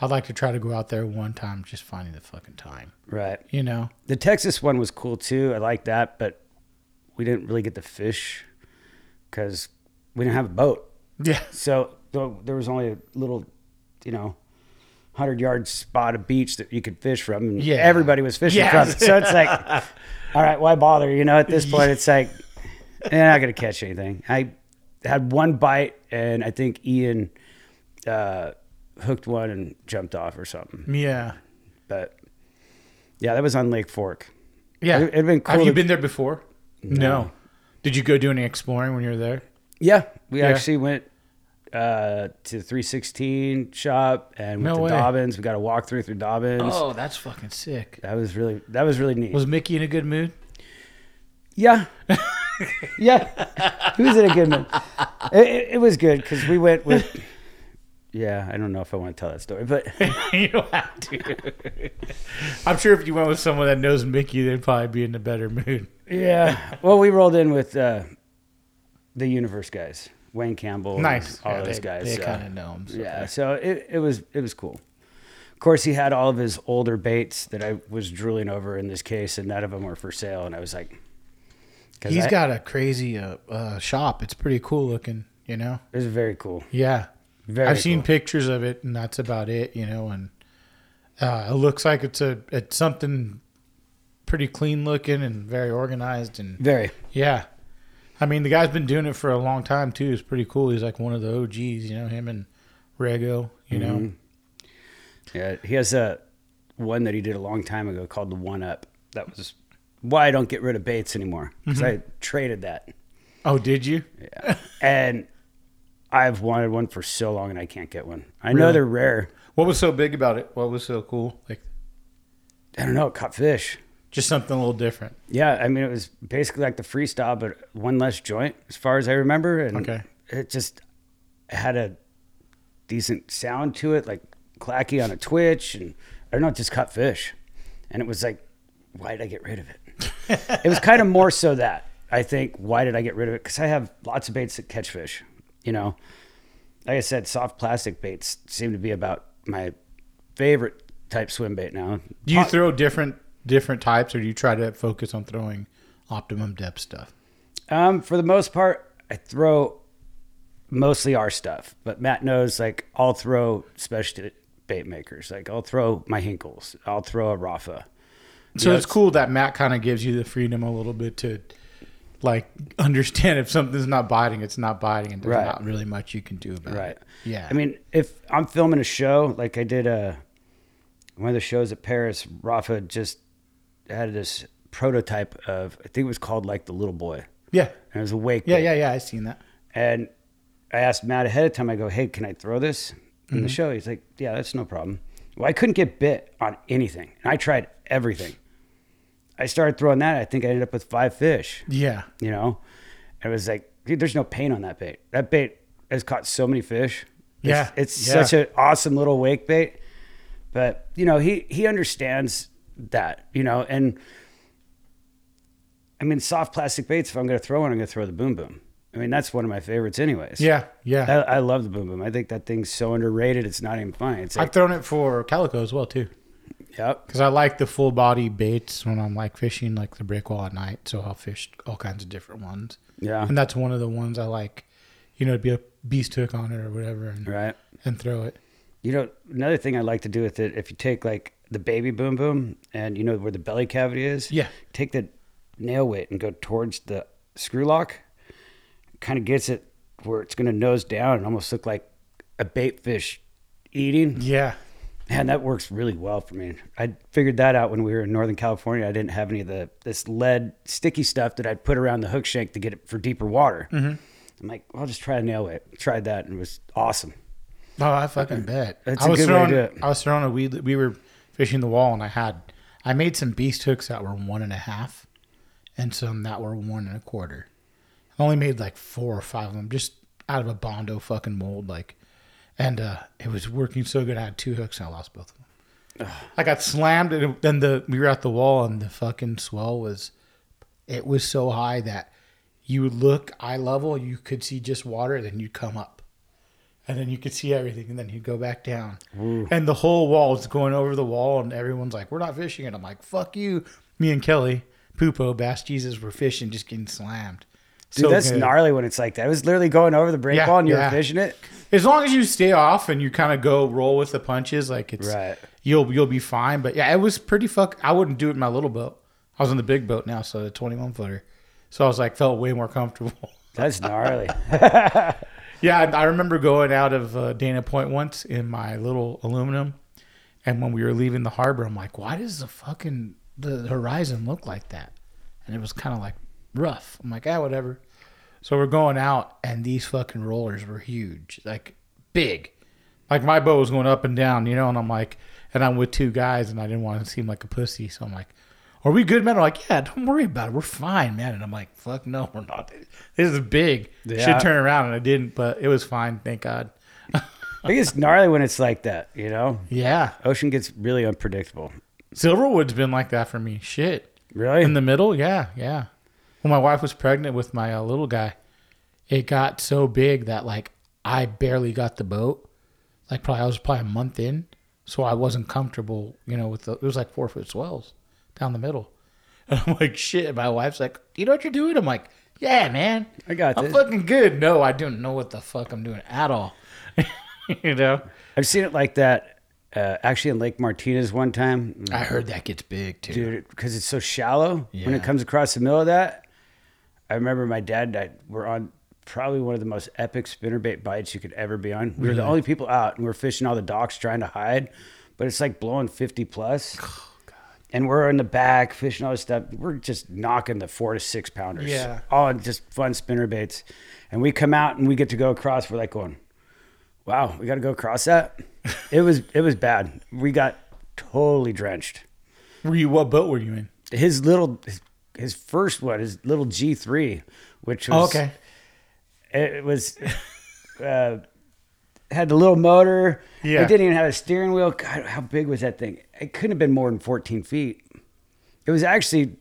[SPEAKER 1] I'd like to try to go out there one time, just finding the fucking time.
[SPEAKER 2] Right.
[SPEAKER 1] You know?
[SPEAKER 2] The Texas one was cool too. I like that. But we didn't really get to fish because we didn't have a boat.
[SPEAKER 1] Yeah.
[SPEAKER 2] So th- there was only a little, you know, hundred yard spot of beach that you could fish from. And
[SPEAKER 1] Yeah.
[SPEAKER 2] everybody was fishing
[SPEAKER 1] Yes.
[SPEAKER 2] from it. So it's like, all right, why bother? You know, at this point, it's like they're not gonna catch anything. I had one bite, and I think Ian uh, hooked one and jumped off or something.
[SPEAKER 1] Yeah.
[SPEAKER 2] But yeah, that was on Lake Fork.
[SPEAKER 1] Yeah.
[SPEAKER 2] It'd- it'd been cool
[SPEAKER 1] Have you
[SPEAKER 2] to-
[SPEAKER 1] been there before? No. Did you go do any exploring when you were there?
[SPEAKER 2] Yeah, we
[SPEAKER 1] Yeah.
[SPEAKER 2] actually went uh, to the 316 shop and went
[SPEAKER 1] No
[SPEAKER 2] to
[SPEAKER 1] way. Oh,
[SPEAKER 2] Dobbins. We got a walk through through Dobbins.
[SPEAKER 1] that's fucking sick.
[SPEAKER 2] That was really that was really neat.
[SPEAKER 1] Was Mickey in a good mood?
[SPEAKER 2] yeah, yeah. He was in a good mood. It, it, it was good because we went with. Yeah, I don't know if I want to tell that story, but
[SPEAKER 1] you don't have to. I'm sure if you went with someone that knows Mickey, they'd probably be in a better mood.
[SPEAKER 2] yeah. Well, we rolled in with uh, the Universe guys, Wayne Campbell, and
[SPEAKER 1] Nice.
[SPEAKER 2] all
[SPEAKER 1] Yeah,
[SPEAKER 2] those
[SPEAKER 1] they-
[SPEAKER 2] guys. uh,
[SPEAKER 1] They
[SPEAKER 2] so-
[SPEAKER 1] kind of know him. so-
[SPEAKER 2] Yeah, so it, it was it was cool. Of course, he had all of his older baits that I was drooling over in this case, and none of them were for sale. And I was like, because
[SPEAKER 1] He's
[SPEAKER 2] I,
[SPEAKER 1] got a crazy uh, uh, shop. It's pretty cool looking, you know?
[SPEAKER 2] it was very cool.
[SPEAKER 1] Yeah.
[SPEAKER 2] Very
[SPEAKER 1] I've seen
[SPEAKER 2] cool.
[SPEAKER 1] pictures of it, and that's about it, you know. And uh, it looks like it's a it's something pretty clean looking and very organized, and
[SPEAKER 2] Very.
[SPEAKER 1] yeah. I mean, the guy's been doing it for a long time too. It's pretty cool. He's like one of the OGs, you know. Him and Rego, you
[SPEAKER 2] Mm-hmm.
[SPEAKER 1] know.
[SPEAKER 2] Yeah, he has a one that he did a long time ago called the One Up. That was why I don't get rid of baits anymore because I traded that,
[SPEAKER 1] Oh, did you?
[SPEAKER 2] and I've wanted one for so long and I can't get one. I know
[SPEAKER 1] Really?
[SPEAKER 2] they're rare.
[SPEAKER 1] What was so big about it? What was so cool? Like
[SPEAKER 2] I don't know. It caught fish.
[SPEAKER 1] just something a little different.
[SPEAKER 2] Yeah, I mean it was basically like the freestyle, but one less joint, as far as I remember, and
[SPEAKER 1] Okay.
[SPEAKER 2] it just had a decent sound to it, like clacky on a twitch, and I don't know, it just caught fish, and it was like, why did I get rid of it? it was kind of more so that I think why did I get rid of it? Because I have lots of baits that catch fish, you know. Like I said, soft plastic baits seem to be about my favorite type swim bait now.
[SPEAKER 1] Do you throw different different types, or do you try to focus on throwing optimum depth stuff?
[SPEAKER 2] Um, for the most part, I throw mostly our stuff, but Matt knows like I'll throw specialty bait makers. Like I'll throw my Hinkles, I'll throw a Rafa.
[SPEAKER 1] So it's cool that Matt kind of gives you the freedom a little bit to like understand if something's not biting, it's not biting, and there's
[SPEAKER 2] Right.
[SPEAKER 1] not really much you can do about it.
[SPEAKER 2] Right.
[SPEAKER 1] Yeah.
[SPEAKER 2] I mean, if I'm filming a show, like I did a one of the shows at Paris, Rafa just had this prototype of I think it was called like the little boy.
[SPEAKER 1] Yeah.
[SPEAKER 2] And it was a wake.
[SPEAKER 1] Yeah.
[SPEAKER 2] bait.
[SPEAKER 1] Yeah. Yeah. I've seen that.
[SPEAKER 2] And I asked Matt ahead of time, I go, Hey, can I throw this in the show? He's like, Yeah, that's no problem. Well, I couldn't get bit on anything. And I tried everything. I started throwing that, I think I ended up with five fish
[SPEAKER 1] Yeah.
[SPEAKER 2] you know? And it was like, dude, there's no pain on that bait. That bait has caught so many fish.
[SPEAKER 1] Yeah,
[SPEAKER 2] It's, it's
[SPEAKER 1] yeah.
[SPEAKER 2] such an awesome little wake bait. But, you know, he, he understands that, you know, and I mean, soft plastic baits, if I'm going to throw one, I'm going to throw the boom boom. I mean, that's one of my favorites, anyways.
[SPEAKER 1] Yeah. Yeah.
[SPEAKER 2] I, I love the boom boom. I think that thing's so underrated. It's not even funny. It's
[SPEAKER 1] I've
[SPEAKER 2] like,
[SPEAKER 1] thrown it for calico as well too,
[SPEAKER 2] yep.
[SPEAKER 1] because I like the full body baits when I'm like fishing like the break wall at night. So I'll fish all kinds of different ones,
[SPEAKER 2] Yeah.
[SPEAKER 1] and that's one of the ones I like. You know, to be a beast hook on it or whatever, and
[SPEAKER 2] Right.
[SPEAKER 1] and throw it.
[SPEAKER 2] You know, another thing I like to do with it, if you take like the baby boom boom and you know where the belly cavity is,
[SPEAKER 1] Yeah.
[SPEAKER 2] take the nail weight and go towards the screw lock, kind of gets it where it's going to nose down and almost look like a bait fish eating.
[SPEAKER 1] Yeah.
[SPEAKER 2] Man, that works really well for me. I figured that out when we were in Northern California. I didn't have any of the this lead sticky stuff that I'd put around the hook shank to get it for deeper water.
[SPEAKER 1] Mm-hmm.
[SPEAKER 2] I'm like, well, I'll just try a nail weight. Tried that and it was awesome.
[SPEAKER 1] Oh, I fucking bet.
[SPEAKER 2] That's
[SPEAKER 1] I
[SPEAKER 2] a
[SPEAKER 1] was
[SPEAKER 2] good way to
[SPEAKER 1] throwing.
[SPEAKER 2] do it.
[SPEAKER 1] I was throwing a weed. We were fishing the wall, and I had. I made some beast hooks that were one and a half, and some that were one and a quarter. I only made like four or five of them, just out of a bondo fucking mold, like. And uh, it was working so good. I had two hooks, and I lost both of them. I got slammed, and it- then the we were at the wall, and the fucking swell was. It was so high that you would look eye level, you could see just water, then you'd come up and then you could see everything, and then he'd go back down, and the whole wall is going over the wall, and everyone's like, "We're not fishing," and I'm like, "Fuck you!" Me and Kelly, Poopo, Bass Jesus, were fishing, just getting slammed.
[SPEAKER 2] Dude, that's
[SPEAKER 1] good.
[SPEAKER 2] gnarly when it's like that. It was literally going over the break
[SPEAKER 1] Yeah,
[SPEAKER 2] wall and you
[SPEAKER 1] yeah.
[SPEAKER 2] were fishing it.
[SPEAKER 1] As long as you stay off and you kind of go roll with the punches, like it's
[SPEAKER 2] Right.
[SPEAKER 1] you'll you'll be fine. But yeah, it was pretty fuck. I wouldn't do it in my little boat. I was in the big boat now, so the 21 footer. So I was like, felt way more comfortable.
[SPEAKER 2] That's gnarly.
[SPEAKER 1] Yeah, I I remember going out of uh, Dana Point once in my little aluminum, and when we were leaving the harbor, I'm like, "Why does the fucking the horizon look like that?" And it was kind of like rough. I'm like, "Ah, whatever." So we're going out, and these fucking rollers were huge, like big, like my boat was going up and down, you know. And I'm like, and I'm with two guys, and I didn't want to seem like a pussy, so I'm like. Are we good, man? I'm like, yeah, don't worry about it. We're fine, man. And I'm like, fuck no, we're not. This is big.
[SPEAKER 2] Yeah.
[SPEAKER 1] Should turn around, and I didn't, but it was fine. Thank God.
[SPEAKER 2] I think it's gnarly when it's like that, you know?
[SPEAKER 1] Yeah,
[SPEAKER 2] Ocean gets really unpredictable.
[SPEAKER 1] Silverwood's been like that for me. Shit,
[SPEAKER 2] Really?
[SPEAKER 1] in the middle. Yeah, yeah. When my wife was pregnant with my uh, little guy, it got so big that like I barely got the boat. Like probably I was probably a month in, so I wasn't comfortable. You know, with the, it was like four foot swells down the middle, and I'm like, shit. My wife's like, you know what you're doing? I'm like, yeah, man.
[SPEAKER 2] I got
[SPEAKER 1] I'm
[SPEAKER 2] this.
[SPEAKER 1] fucking good. No, I don't know what the fuck I'm doing at all. you know.
[SPEAKER 2] I've seen it like that uh, actually in Lake Martinez one time,
[SPEAKER 1] I heard that gets big too.
[SPEAKER 2] dude, because it's so shallow. When
[SPEAKER 1] Yeah.
[SPEAKER 2] it comes across the middle of that, I remember my dad and I were on probably one of the most epic spinnerbait bites you could ever be on. We were the only people out and we are fishing all the docks trying to hide, but it's like blowing 50 plus.
[SPEAKER 1] Oh,
[SPEAKER 2] And we're in the back fishing all this stuff. We're just knocking the four to six pounders.
[SPEAKER 1] Yeah.
[SPEAKER 2] All on just fun spinner baits. And we come out and we get to go across. We're like going, wow, we got to go across that. it was, it was bad. We got totally drenched
[SPEAKER 1] Were you what boat were you in?
[SPEAKER 2] his little his, his first one his little g3 which was
[SPEAKER 1] okay.
[SPEAKER 2] it was uh had the little motor
[SPEAKER 1] Yeah.
[SPEAKER 2] it didn't even have a steering wheel god how big was that thing it couldn't have been more than 14 feet it was actually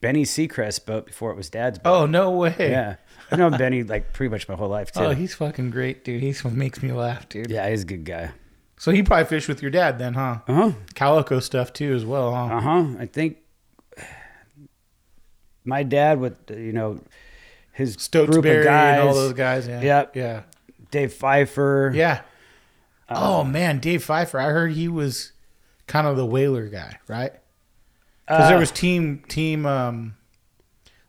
[SPEAKER 2] benny seacrest's boat before it was dad's boat
[SPEAKER 1] Oh no way.
[SPEAKER 2] yeah i've known benny like pretty much my whole life too
[SPEAKER 1] Oh, he's fucking great, dude. He's what makes me laugh, dude.
[SPEAKER 2] yeah he's a good guy
[SPEAKER 1] So he probably fished with your dad then, huh?
[SPEAKER 2] Uh huh.
[SPEAKER 1] Calico stuff too, as well, huh?
[SPEAKER 2] Uh huh. I think my dad with you know his group
[SPEAKER 1] Stokesbury
[SPEAKER 2] of guys,
[SPEAKER 1] and all those guys. Yeah.
[SPEAKER 2] Yep. Uh,
[SPEAKER 1] Yeah.
[SPEAKER 2] Dave Pfeiffer.
[SPEAKER 1] Yeah. oh man, Dave Pfeiffer. I heard he was kind of the whaler guy, right? Because
[SPEAKER 2] Uh,
[SPEAKER 1] there was team team um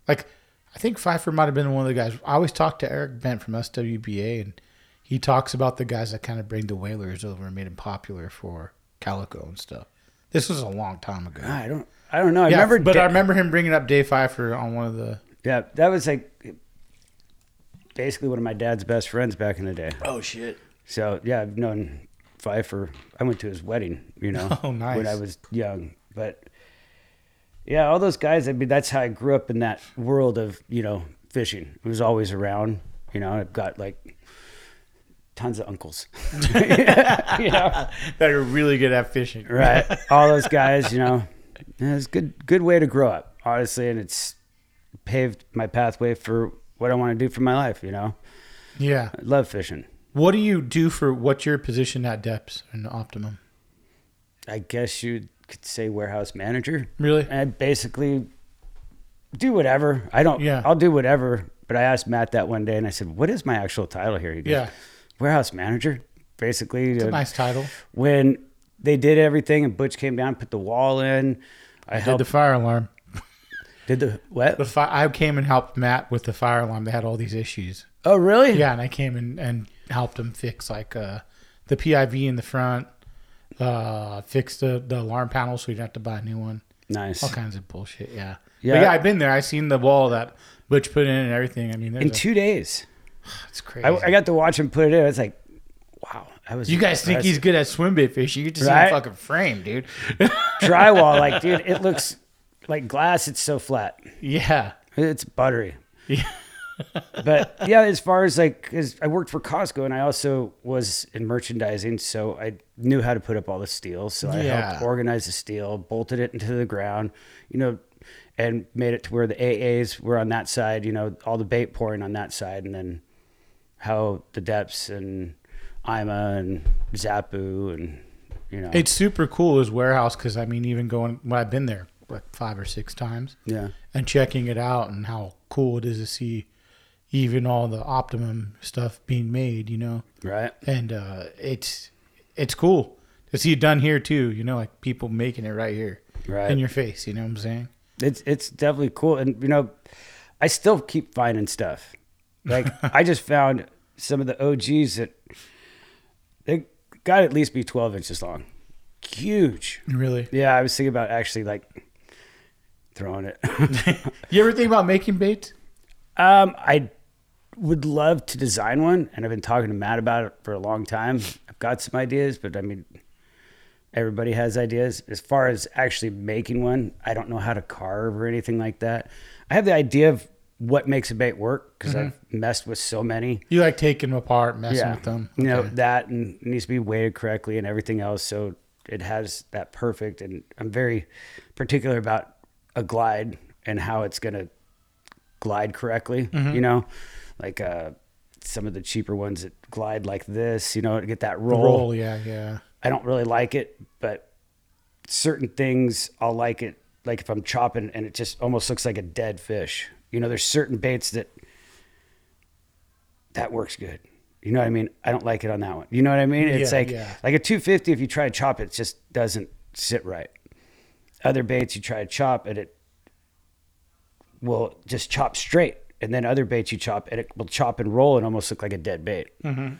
[SPEAKER 1] like I think Pfeiffer might have been one of the guys. I always talk to Eric Bent from SWBA and he talks about the guys that kind of bring the whalers over and made them popular for calico and stuff. This was a long time ago.
[SPEAKER 2] Ah, I don't. I don't know. I
[SPEAKER 1] yeah,
[SPEAKER 2] remember,
[SPEAKER 1] but
[SPEAKER 2] Da-
[SPEAKER 1] I remember him bringing up Dave Pfeiffer on one of the.
[SPEAKER 2] Yeah, that was like basically one of my dad's best friends back in the day.
[SPEAKER 1] Oh shit!
[SPEAKER 2] So yeah, I've known Pfeiffer. I went to his wedding, you know,
[SPEAKER 1] Oh, nice.
[SPEAKER 2] when I was young. But yeah, all those guys. I mean, that's how I grew up in that world of you know fishing. It was always around. You know, I've got like tons of uncles. you know,
[SPEAKER 1] That are really good at fishing.
[SPEAKER 2] right? All those guys. You know, Yeah, it's good. Good way to grow up, honestly, and it's paved my pathway for what I want to do for my life. You know,
[SPEAKER 1] Yeah.
[SPEAKER 2] I love fishing.
[SPEAKER 1] What do you do for what's your position at depths and optimum?
[SPEAKER 2] I guess you could say warehouse manager.
[SPEAKER 1] Really?
[SPEAKER 2] And I basically do whatever. I don't.
[SPEAKER 1] Yeah.
[SPEAKER 2] I'll do whatever. But I asked Matt that one day, and I said, "What is my actual title here?" He goes,
[SPEAKER 1] Yeah.
[SPEAKER 2] warehouse manager. Basically,
[SPEAKER 1] It's
[SPEAKER 2] uh,
[SPEAKER 1] a nice title.
[SPEAKER 2] when they did everything, and Butch came down, put the wall in. I
[SPEAKER 1] Did
[SPEAKER 2] helped.
[SPEAKER 1] the fire alarm.
[SPEAKER 2] did the what?
[SPEAKER 1] The fi- I came and helped Matt with the fire alarm. They had all these issues.
[SPEAKER 2] oh, really?
[SPEAKER 1] Yeah, and I came and, and helped him fix like uh, the PIV in the front, uh, fix the, the alarm panel so you don't have to buy a new one.
[SPEAKER 2] Nice.
[SPEAKER 1] All kinds of bullshit. Yeah.
[SPEAKER 2] Yeah.
[SPEAKER 1] But yeah, I've been there. I've seen the wall that Butch put in and everything. I mean,
[SPEAKER 2] In
[SPEAKER 1] there's a,
[SPEAKER 2] two days,
[SPEAKER 1] it's crazy.
[SPEAKER 2] I, I got to watch him put it in. I was like, "Wow!" I was.
[SPEAKER 1] you guys think
[SPEAKER 2] impressed.
[SPEAKER 1] he's good at swim bait fishing? You just
[SPEAKER 2] Right?
[SPEAKER 1] see the fucking frame, dude.
[SPEAKER 2] drywall? Like, dude, it looks like glass. It's so flat.
[SPEAKER 1] yeah.
[SPEAKER 2] It's buttery. but yeah, as far as like, 'cause I worked for Costco and I also was in merchandising, so I knew how to put up all the steel. So I
[SPEAKER 1] Yeah.
[SPEAKER 2] helped organize the steel, bolted it into the ground, you know, and made it to where the AAs were on that side, you know, all the bait pouring on that side, and then how the depths and Ima and Zapu and you know,
[SPEAKER 1] It's super cool as warehouse because I mean, even going when I've been there like five or six times,
[SPEAKER 2] Yeah.
[SPEAKER 1] and checking it out and how cool it is to see even all the optimum stuff being made, you know,
[SPEAKER 2] right?
[SPEAKER 1] and uh, it's it's cool to see it done here too, you know, like people making it right here
[SPEAKER 2] Right.
[SPEAKER 1] in your face, you know what I'm saying?
[SPEAKER 2] It's it's definitely cool, and you know, I still keep finding stuff. Like I just found some of the OGs that they got to at least be twelve inches long, huge.
[SPEAKER 1] Really?
[SPEAKER 2] Yeah, I was thinking about actually like throwing it.
[SPEAKER 1] You ever think about making baits?
[SPEAKER 2] um, I would love to design one, and I've been talking to Matt about it for a long time. I've got some ideas, but I mean, everybody has ideas. As far as actually making one, I don't know how to carve or anything like that. I have the idea of what makes a bait work because I've messed with so many.
[SPEAKER 1] You like taking them apart, messing with them?
[SPEAKER 2] You know,
[SPEAKER 1] Okay.
[SPEAKER 2] that and it needs to be weighted correctly and everything else. So it has that perfect. And I'm very particular about a glide and how it's going to glide correctly.
[SPEAKER 1] Mm-hmm.
[SPEAKER 2] You know, like uh, some of the cheaper ones that glide like this, you know, to get that roll.
[SPEAKER 1] roll, yeah, yeah.
[SPEAKER 2] I don't really like it, but certain things I'll like it. Like if I'm chopping and it just almost looks like a dead fish. You know, there's certain baits that that works good. You know what I mean? I don't like it on that one. You know what I mean? It's
[SPEAKER 1] Yeah,
[SPEAKER 2] like
[SPEAKER 1] yeah.
[SPEAKER 2] like a 250. If you try to chop it, it just doesn't sit right. Other baits you try to chop and it will just chop straight, and then other baits you chop and it will chop and roll and almost look like a dead bait.
[SPEAKER 1] Mm-hmm.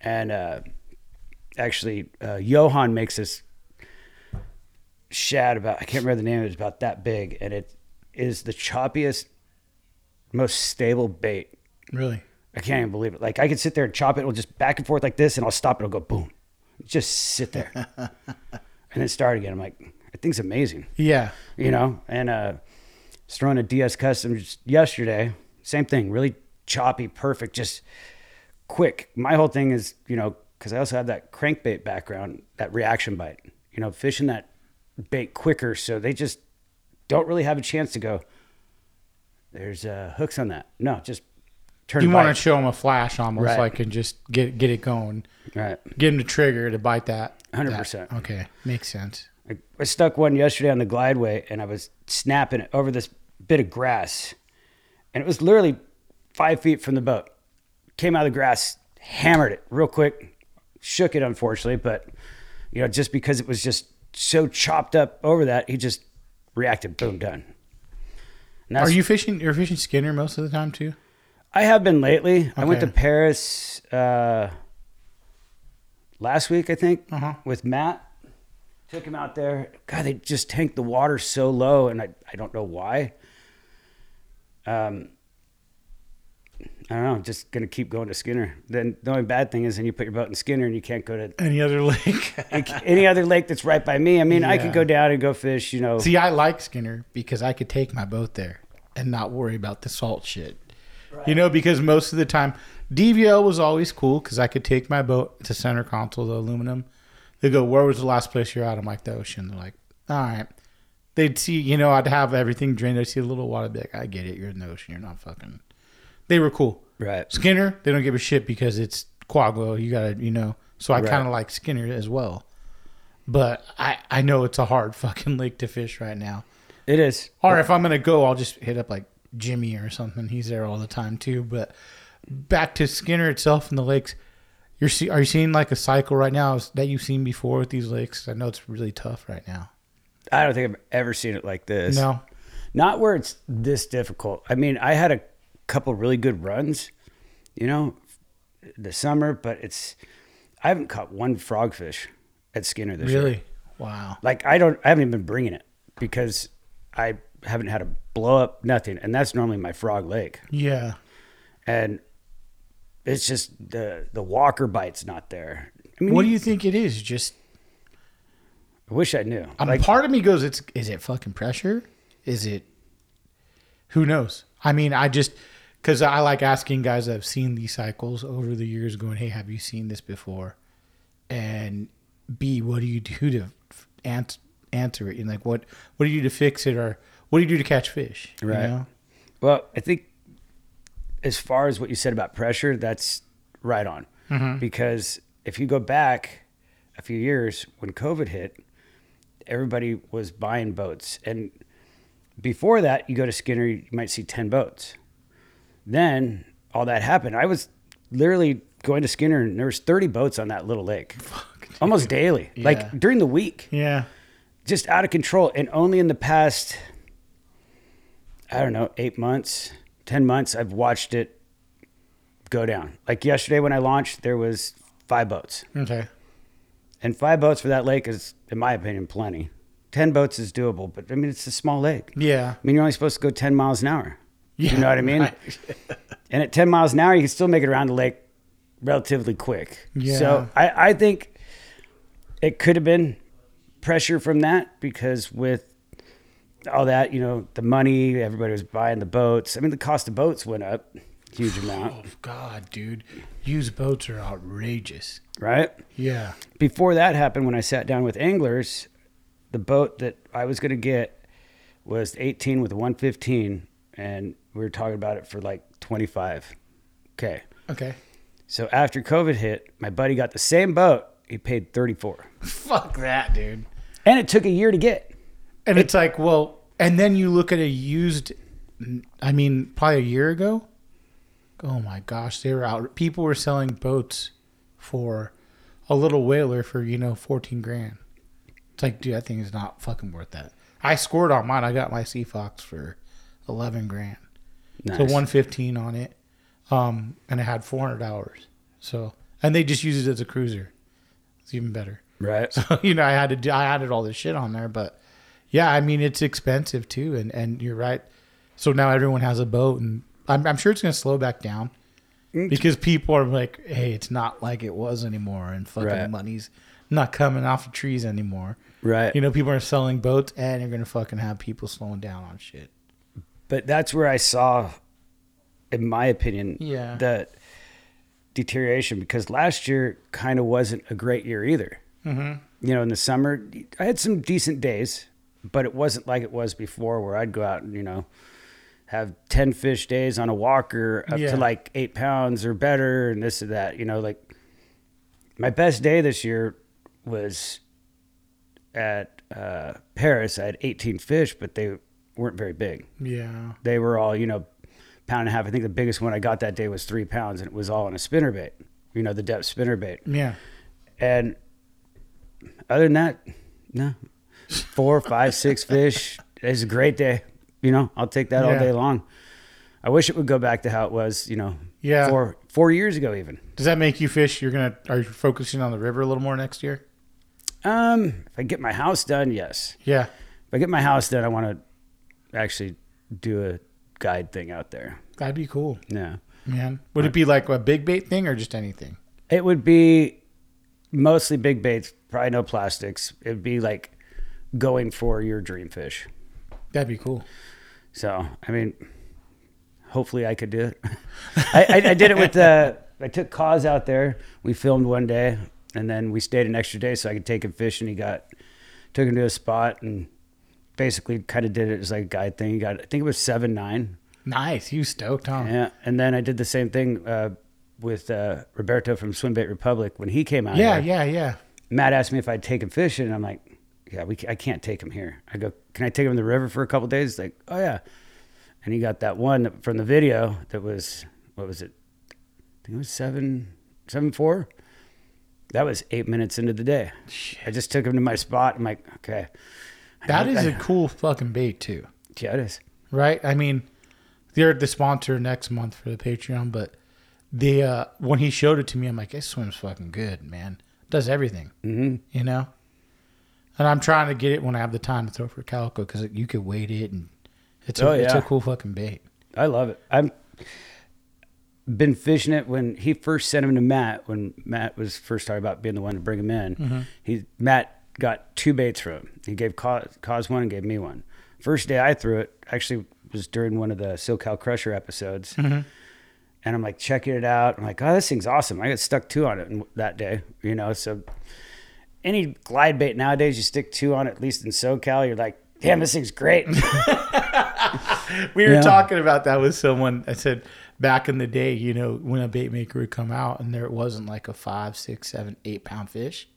[SPEAKER 2] And uh, actually, uh, Johan makes this shad about I can't remember the name. It's about that big, and it is the choppiest, most stable bait
[SPEAKER 1] Really?
[SPEAKER 2] I can't even believe it. Like I could sit there and chop it. It'll just back and forth like this, and I'll stop. It'll go boom. Just sit there, and then start again. I'm like, that thing's amazing,
[SPEAKER 1] Yeah.
[SPEAKER 2] you know. And uh, was throwing a DS custom just yesterday. Same thing, really choppy, perfect, just quick. My whole thing is, you know, because I also have that crankbait background, that reaction bite. You know, fishing that bait quicker, so they just don't really have a chance to go. There's uh, hooks on that. No, just turn.
[SPEAKER 1] You want
[SPEAKER 2] bite.
[SPEAKER 1] to show him a flash almost,
[SPEAKER 2] Right.
[SPEAKER 1] like, and just get get it going,
[SPEAKER 2] Right.
[SPEAKER 1] get him to trigger to bite that.
[SPEAKER 2] 100%.
[SPEAKER 1] that. Okay, makes sense.
[SPEAKER 2] I, I stuck one yesterday on the glideway, and I was snapping it over this bit of grass, and it was literally five feet from the boat. Came out of the grass, hammered it real quick, shook it unfortunately, but you know just because it was just so chopped up over that, he just reacted. Boom, done. And
[SPEAKER 1] Are
[SPEAKER 2] that's-
[SPEAKER 1] you fishing? You're fishing Skinner most of the time too.
[SPEAKER 2] I have been lately. I went to
[SPEAKER 1] Okay.
[SPEAKER 2] Paris uh, last week, I think,
[SPEAKER 1] Uh-huh.
[SPEAKER 2] with Matt. Took him out there. God, they just tanked the water so low, and I, I don't know why. Um, I don't know. I'm just gonna keep going to Skinner. Then the only bad thing is then you put your boat in Skinner and you can't go to
[SPEAKER 1] Any other lake?
[SPEAKER 2] any other lake that's right by me. I mean, I could
[SPEAKER 1] Yeah.
[SPEAKER 2] go down and go fish. You know,
[SPEAKER 1] See, I like Skinner because I could take my boat there and not worry about the salt shit. You know, because most of the time, DVL was always cool because I could take my boat to center console, the aluminum. They go, Where was the last place you're at? I'm like, The ocean. They're like, All right. They'd see, you know, I'd have everything drained. I'd see a little water. I'd be like, I get it. You're in the ocean. You're not fucking. They were cool.
[SPEAKER 2] right?
[SPEAKER 1] Skinner, they don't give a shit because it's Quaggo. You gotta, you know. So I
[SPEAKER 2] Right.
[SPEAKER 1] kind of like Skinner as well, but I I know it's a hard fucking lake to fish right now.
[SPEAKER 2] It is.
[SPEAKER 1] Or if I'm gonna go, I'll just hit up like Jimmy or something. He's there all the time too. But back to Skinner itself and the lakes. You're see, are you seeing like a cycle right now is- that you've seen before with these lakes? I know it's really tough right now.
[SPEAKER 2] I don't think I've ever seen it like this.
[SPEAKER 1] No,
[SPEAKER 2] not where it's this difficult. I mean, I had a couple really good runs, you know, the summer, but it's I haven't caught one frogfish at Skinner this year.
[SPEAKER 1] really. Wow.
[SPEAKER 2] Like I don't, I haven't even been bringing it because I haven't had a blow up, nothing, and that's normally my frog lake,
[SPEAKER 1] Yeah.
[SPEAKER 2] and it's just the the walker bite's not there. I mean,
[SPEAKER 1] What do you think it is? Just
[SPEAKER 2] I wish I knew.
[SPEAKER 1] I mean, part of me goes, "It's is it fucking pressure? Is it? Who knows? I mean, I just because I like asking guys that have seen these cycles over the years, going, "Hey, have you seen this before?" And B, what do you do to f- ans- answer it? And like, what what do you do to fix it, or what do you do to catch fish? you
[SPEAKER 2] Right.
[SPEAKER 1] know?
[SPEAKER 2] Well, I think as far as what you said about pressure, that's right on. Because if you go back a few years when COVID hit, everybody was buying boats. And before that, you go to Skinner, you might see 10 boats. Then all that happened. I was literally going to Skinner and there was 30 boats on that little lake. Almost daily.
[SPEAKER 1] Yeah.
[SPEAKER 2] Like during the week
[SPEAKER 1] Yeah.
[SPEAKER 2] just out of control. And only in the past, I don't know, eight months, 10 months, I've watched it go down. Like yesterday when I launched, there was five boats.
[SPEAKER 1] Okay.
[SPEAKER 2] And five boats for that lake is, in my opinion, plenty. 10 boats is doable, but I mean, it's a small lake.
[SPEAKER 1] Yeah.
[SPEAKER 2] I mean, you're only supposed to go 10 miles an hour. you know what I mean?
[SPEAKER 1] right.
[SPEAKER 2] and at 10 miles an hour, you can still make it around the lake relatively quick.
[SPEAKER 1] Yeah.
[SPEAKER 2] So I, I think it could have been pressure from that because with all that, you know, the money, everybody was buying the boats. I mean, the cost of boats went up huge amount,
[SPEAKER 1] Oh God, dude, used boats are outrageous.
[SPEAKER 2] right?
[SPEAKER 1] Yeah.
[SPEAKER 2] before that happened, when I sat down with anglers, the boat that I was going to get was 18 with a 115, and we were talking about it for like 25. Okay.
[SPEAKER 1] Okay.
[SPEAKER 2] So after COVID hit, my buddy got the same boat. He paid 34.
[SPEAKER 1] Fuck that, dude.
[SPEAKER 2] And it took a year to get.
[SPEAKER 1] And it's like, well, and then you look at a used, I mean, probably a year ago. Oh my gosh, they were out. People were selling boats for a little whaler for, you know, 14 grand. It's like, dude, that thing is not fucking worth that. I scored on mine. I got my Sea Fox for 11 grand. So
[SPEAKER 2] Nice.
[SPEAKER 1] 115 on it. Um, and it had 400 hours. So, and they just use it as a cruiser. It's even better.
[SPEAKER 2] Right.
[SPEAKER 1] So you know, I had to do, I added all this shit on there, but yeah, I mean, it's expensive too, and and you're right. So now everyone has a boat, and I'm, I'm sure it's going to slow back down
[SPEAKER 2] Mm,
[SPEAKER 1] because people are like, hey, it's not like it was anymore, and fucking
[SPEAKER 2] Right.
[SPEAKER 1] money's not coming off the trees anymore.
[SPEAKER 2] Right.
[SPEAKER 1] You know, people are selling boats, and you're going to fucking have people slowing down on shit.
[SPEAKER 2] But that's where I saw, in my opinion,
[SPEAKER 1] Yeah.
[SPEAKER 2] that deterioration because last year kind of wasn't a great year either. Mm-hmm. You know, in the summer, I had some decent days, but it wasn't like it was before where I'd go out and, you know, have 10 fish days on a walker up
[SPEAKER 1] Yeah.
[SPEAKER 2] to like eight pounds or better and this and that. You know, like my best day this year was at uh, Paris. I had 18 fish, but they weren't very big.
[SPEAKER 1] Yeah.
[SPEAKER 2] They were all, you know, pound and a half. I think the biggest one I got that day was three pounds and it was all on a spinnerbait, you know, the depth spinnerbait.
[SPEAKER 1] Yeah.
[SPEAKER 2] And other than that, no. Four, five, six fish. It's a great day. You know, I'll take that all
[SPEAKER 1] Yeah.
[SPEAKER 2] day long. I wish it would go back to how it was, you know,
[SPEAKER 1] Yeah.
[SPEAKER 2] four four years ago even.
[SPEAKER 1] Does that make you fish? You're gonna are you focusing on the river a little more next year?
[SPEAKER 2] Um, if I get my house done, yes.
[SPEAKER 1] Yeah.
[SPEAKER 2] If I get my house done, I want to actually do a guide thing out there.
[SPEAKER 1] That'd be cool,
[SPEAKER 2] Yeah.
[SPEAKER 1] man. Would it be like a big bait thing or just anything?
[SPEAKER 2] It would be mostly big baits, probably no plastics. It would be like going for your dream fish.
[SPEAKER 1] That'd be cool.
[SPEAKER 2] So I mean, hopefully I could do it. I, I, I did it with uh, I took Cause out there. We filmed one day, and then we stayed an extra day so I could take him fishing. He got took him to a spot and basically kind of did it as like a guide thing. He got I think it was seven nine.
[SPEAKER 1] Nice. He was stoked, huh? Yeah.
[SPEAKER 2] Yeah, and then I did the same thing uh, with uh, Roberto from Swimbait Republic when he came out.
[SPEAKER 1] Yeah.
[SPEAKER 2] here.
[SPEAKER 1] Yeah.
[SPEAKER 2] Matt asked me if I'd take him fishing, and I'm like, yeah, we ca- I can't take him here. I go, can I take him in the river for a couple days? He's like, oh yeah. And he got that one that- from the video that was what was it? I think it was seven seven four. That was eight minutes into the day. I just took him to my spot. I'm like, okay,
[SPEAKER 1] That
[SPEAKER 2] I-
[SPEAKER 1] is a
[SPEAKER 2] I-
[SPEAKER 1] cool fucking bait too,
[SPEAKER 2] yeah, it is.
[SPEAKER 1] right? I mean, they're the sponsor next month for the Patreon, but the uh, when he showed it to me, I'm like, it swims fucking good, man. Does everything, mm-hmm. you know. And I'm trying to get it when I have the time to throw for calico because you could weight it and it's a,
[SPEAKER 2] Oh,
[SPEAKER 1] it's
[SPEAKER 2] yeah.
[SPEAKER 1] a cool fucking bait.
[SPEAKER 2] I love it. I'm been fishing it when he first sent him to Matt when Matt was first talking about being the one to bring him in. He Matt got two baits from him. He gave cause, cause one and gave me one. First day I threw it actually was during one of the SoCal Crusher episodes, and I'm like checking it out. I'm like, oh, this thing's awesome. I got stuck two on it in- that day, you know. So any glide bait nowadays, you stick two on it, at least in SoCal, you're like, damn, this thing's great.
[SPEAKER 1] We were
[SPEAKER 2] Yeah.
[SPEAKER 1] talking about that with someone. I said back in the day, you know, when a bait maker would come out and there wasn't like a five, six, seven, eight pound fish,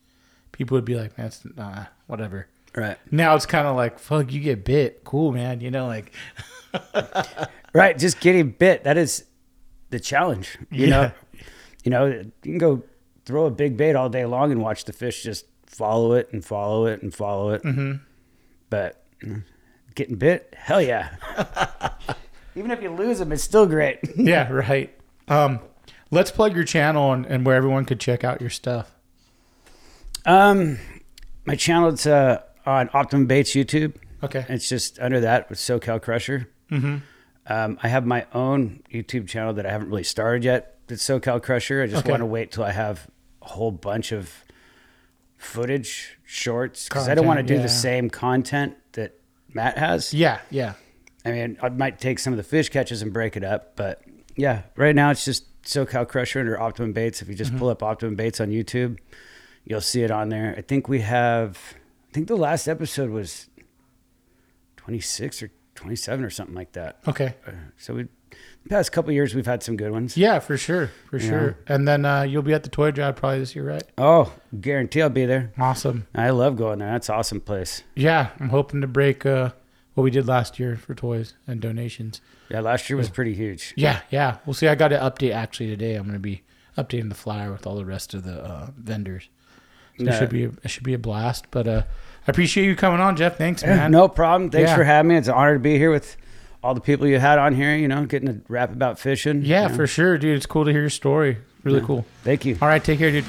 [SPEAKER 1] people would be like, "That's nah, whatever."
[SPEAKER 2] right.
[SPEAKER 1] Now it's kind of like, "Fuck, you get bit, cool, man." You know, like
[SPEAKER 2] Right, just getting bit. That is the challenge. You know, you know, you can go throw a big bait all day long and watch the fish just follow it and follow it and follow it. Mm-hmm. But mm, getting bit, hell yeah. Even if you lose them, it's still great.
[SPEAKER 1] yeah, right. Um, let's plug your channel and, and where everyone could check out your stuff.
[SPEAKER 2] um, my channel it's uh, on Optimum Baits YouTube.
[SPEAKER 1] Okay. Mm-hmm.
[SPEAKER 2] It's just under that with SoCal Crusher. Um, I have my own YouTube channel that I haven't really started yet. It's SoCal Crusher. I just
[SPEAKER 1] Okay.
[SPEAKER 2] want to wait till I have a whole bunch of footage, shorts, because I don't
[SPEAKER 1] Content,
[SPEAKER 2] want to do
[SPEAKER 1] yeah.
[SPEAKER 2] the same content that Matt has.
[SPEAKER 1] yeah, yeah,
[SPEAKER 2] I mean, I might take some of the fish catches and break it up, but yeah, right now it's just SoCal Crusher under Optimum Baits. If you
[SPEAKER 1] Mm-hmm.
[SPEAKER 2] just pull up Optimum Baits on YouTube, you'll see it on there. I think we have, I think the last episode was 26 or 27 or something like that.
[SPEAKER 1] okay,
[SPEAKER 2] Uh, So we, the past couple of years, we've had some good ones.
[SPEAKER 1] yeah, for sure, for sure. And then uh, you'll be at the toy drive probably this year, right?
[SPEAKER 2] Oh, guarantee I'll be there.
[SPEAKER 1] Awesome.
[SPEAKER 2] I love going there. That's an awesome place.
[SPEAKER 1] Yeah, I'm hoping to break uh, what we did last year for toys and donations.
[SPEAKER 2] Yeah, last year was pretty huge.
[SPEAKER 1] Yeah, yeah. We'll see. I got an update actually today. I'm going to be updating the flyer with all the rest of the uh, vendors. So
[SPEAKER 2] No.
[SPEAKER 1] it should be a, it should be a blast. But uh, I appreciate you coming on, Jeff. Thanks, man.
[SPEAKER 2] No problem. Thanks
[SPEAKER 1] Yeah.
[SPEAKER 2] for having me. It's an honor to be here with all the people you had on here, you know, getting to rap about fishing.
[SPEAKER 1] Yeah,
[SPEAKER 2] you know.
[SPEAKER 1] for sure, dude. It's cool to hear your story. Really cool.
[SPEAKER 2] Thank you.
[SPEAKER 1] All right, take care, dude.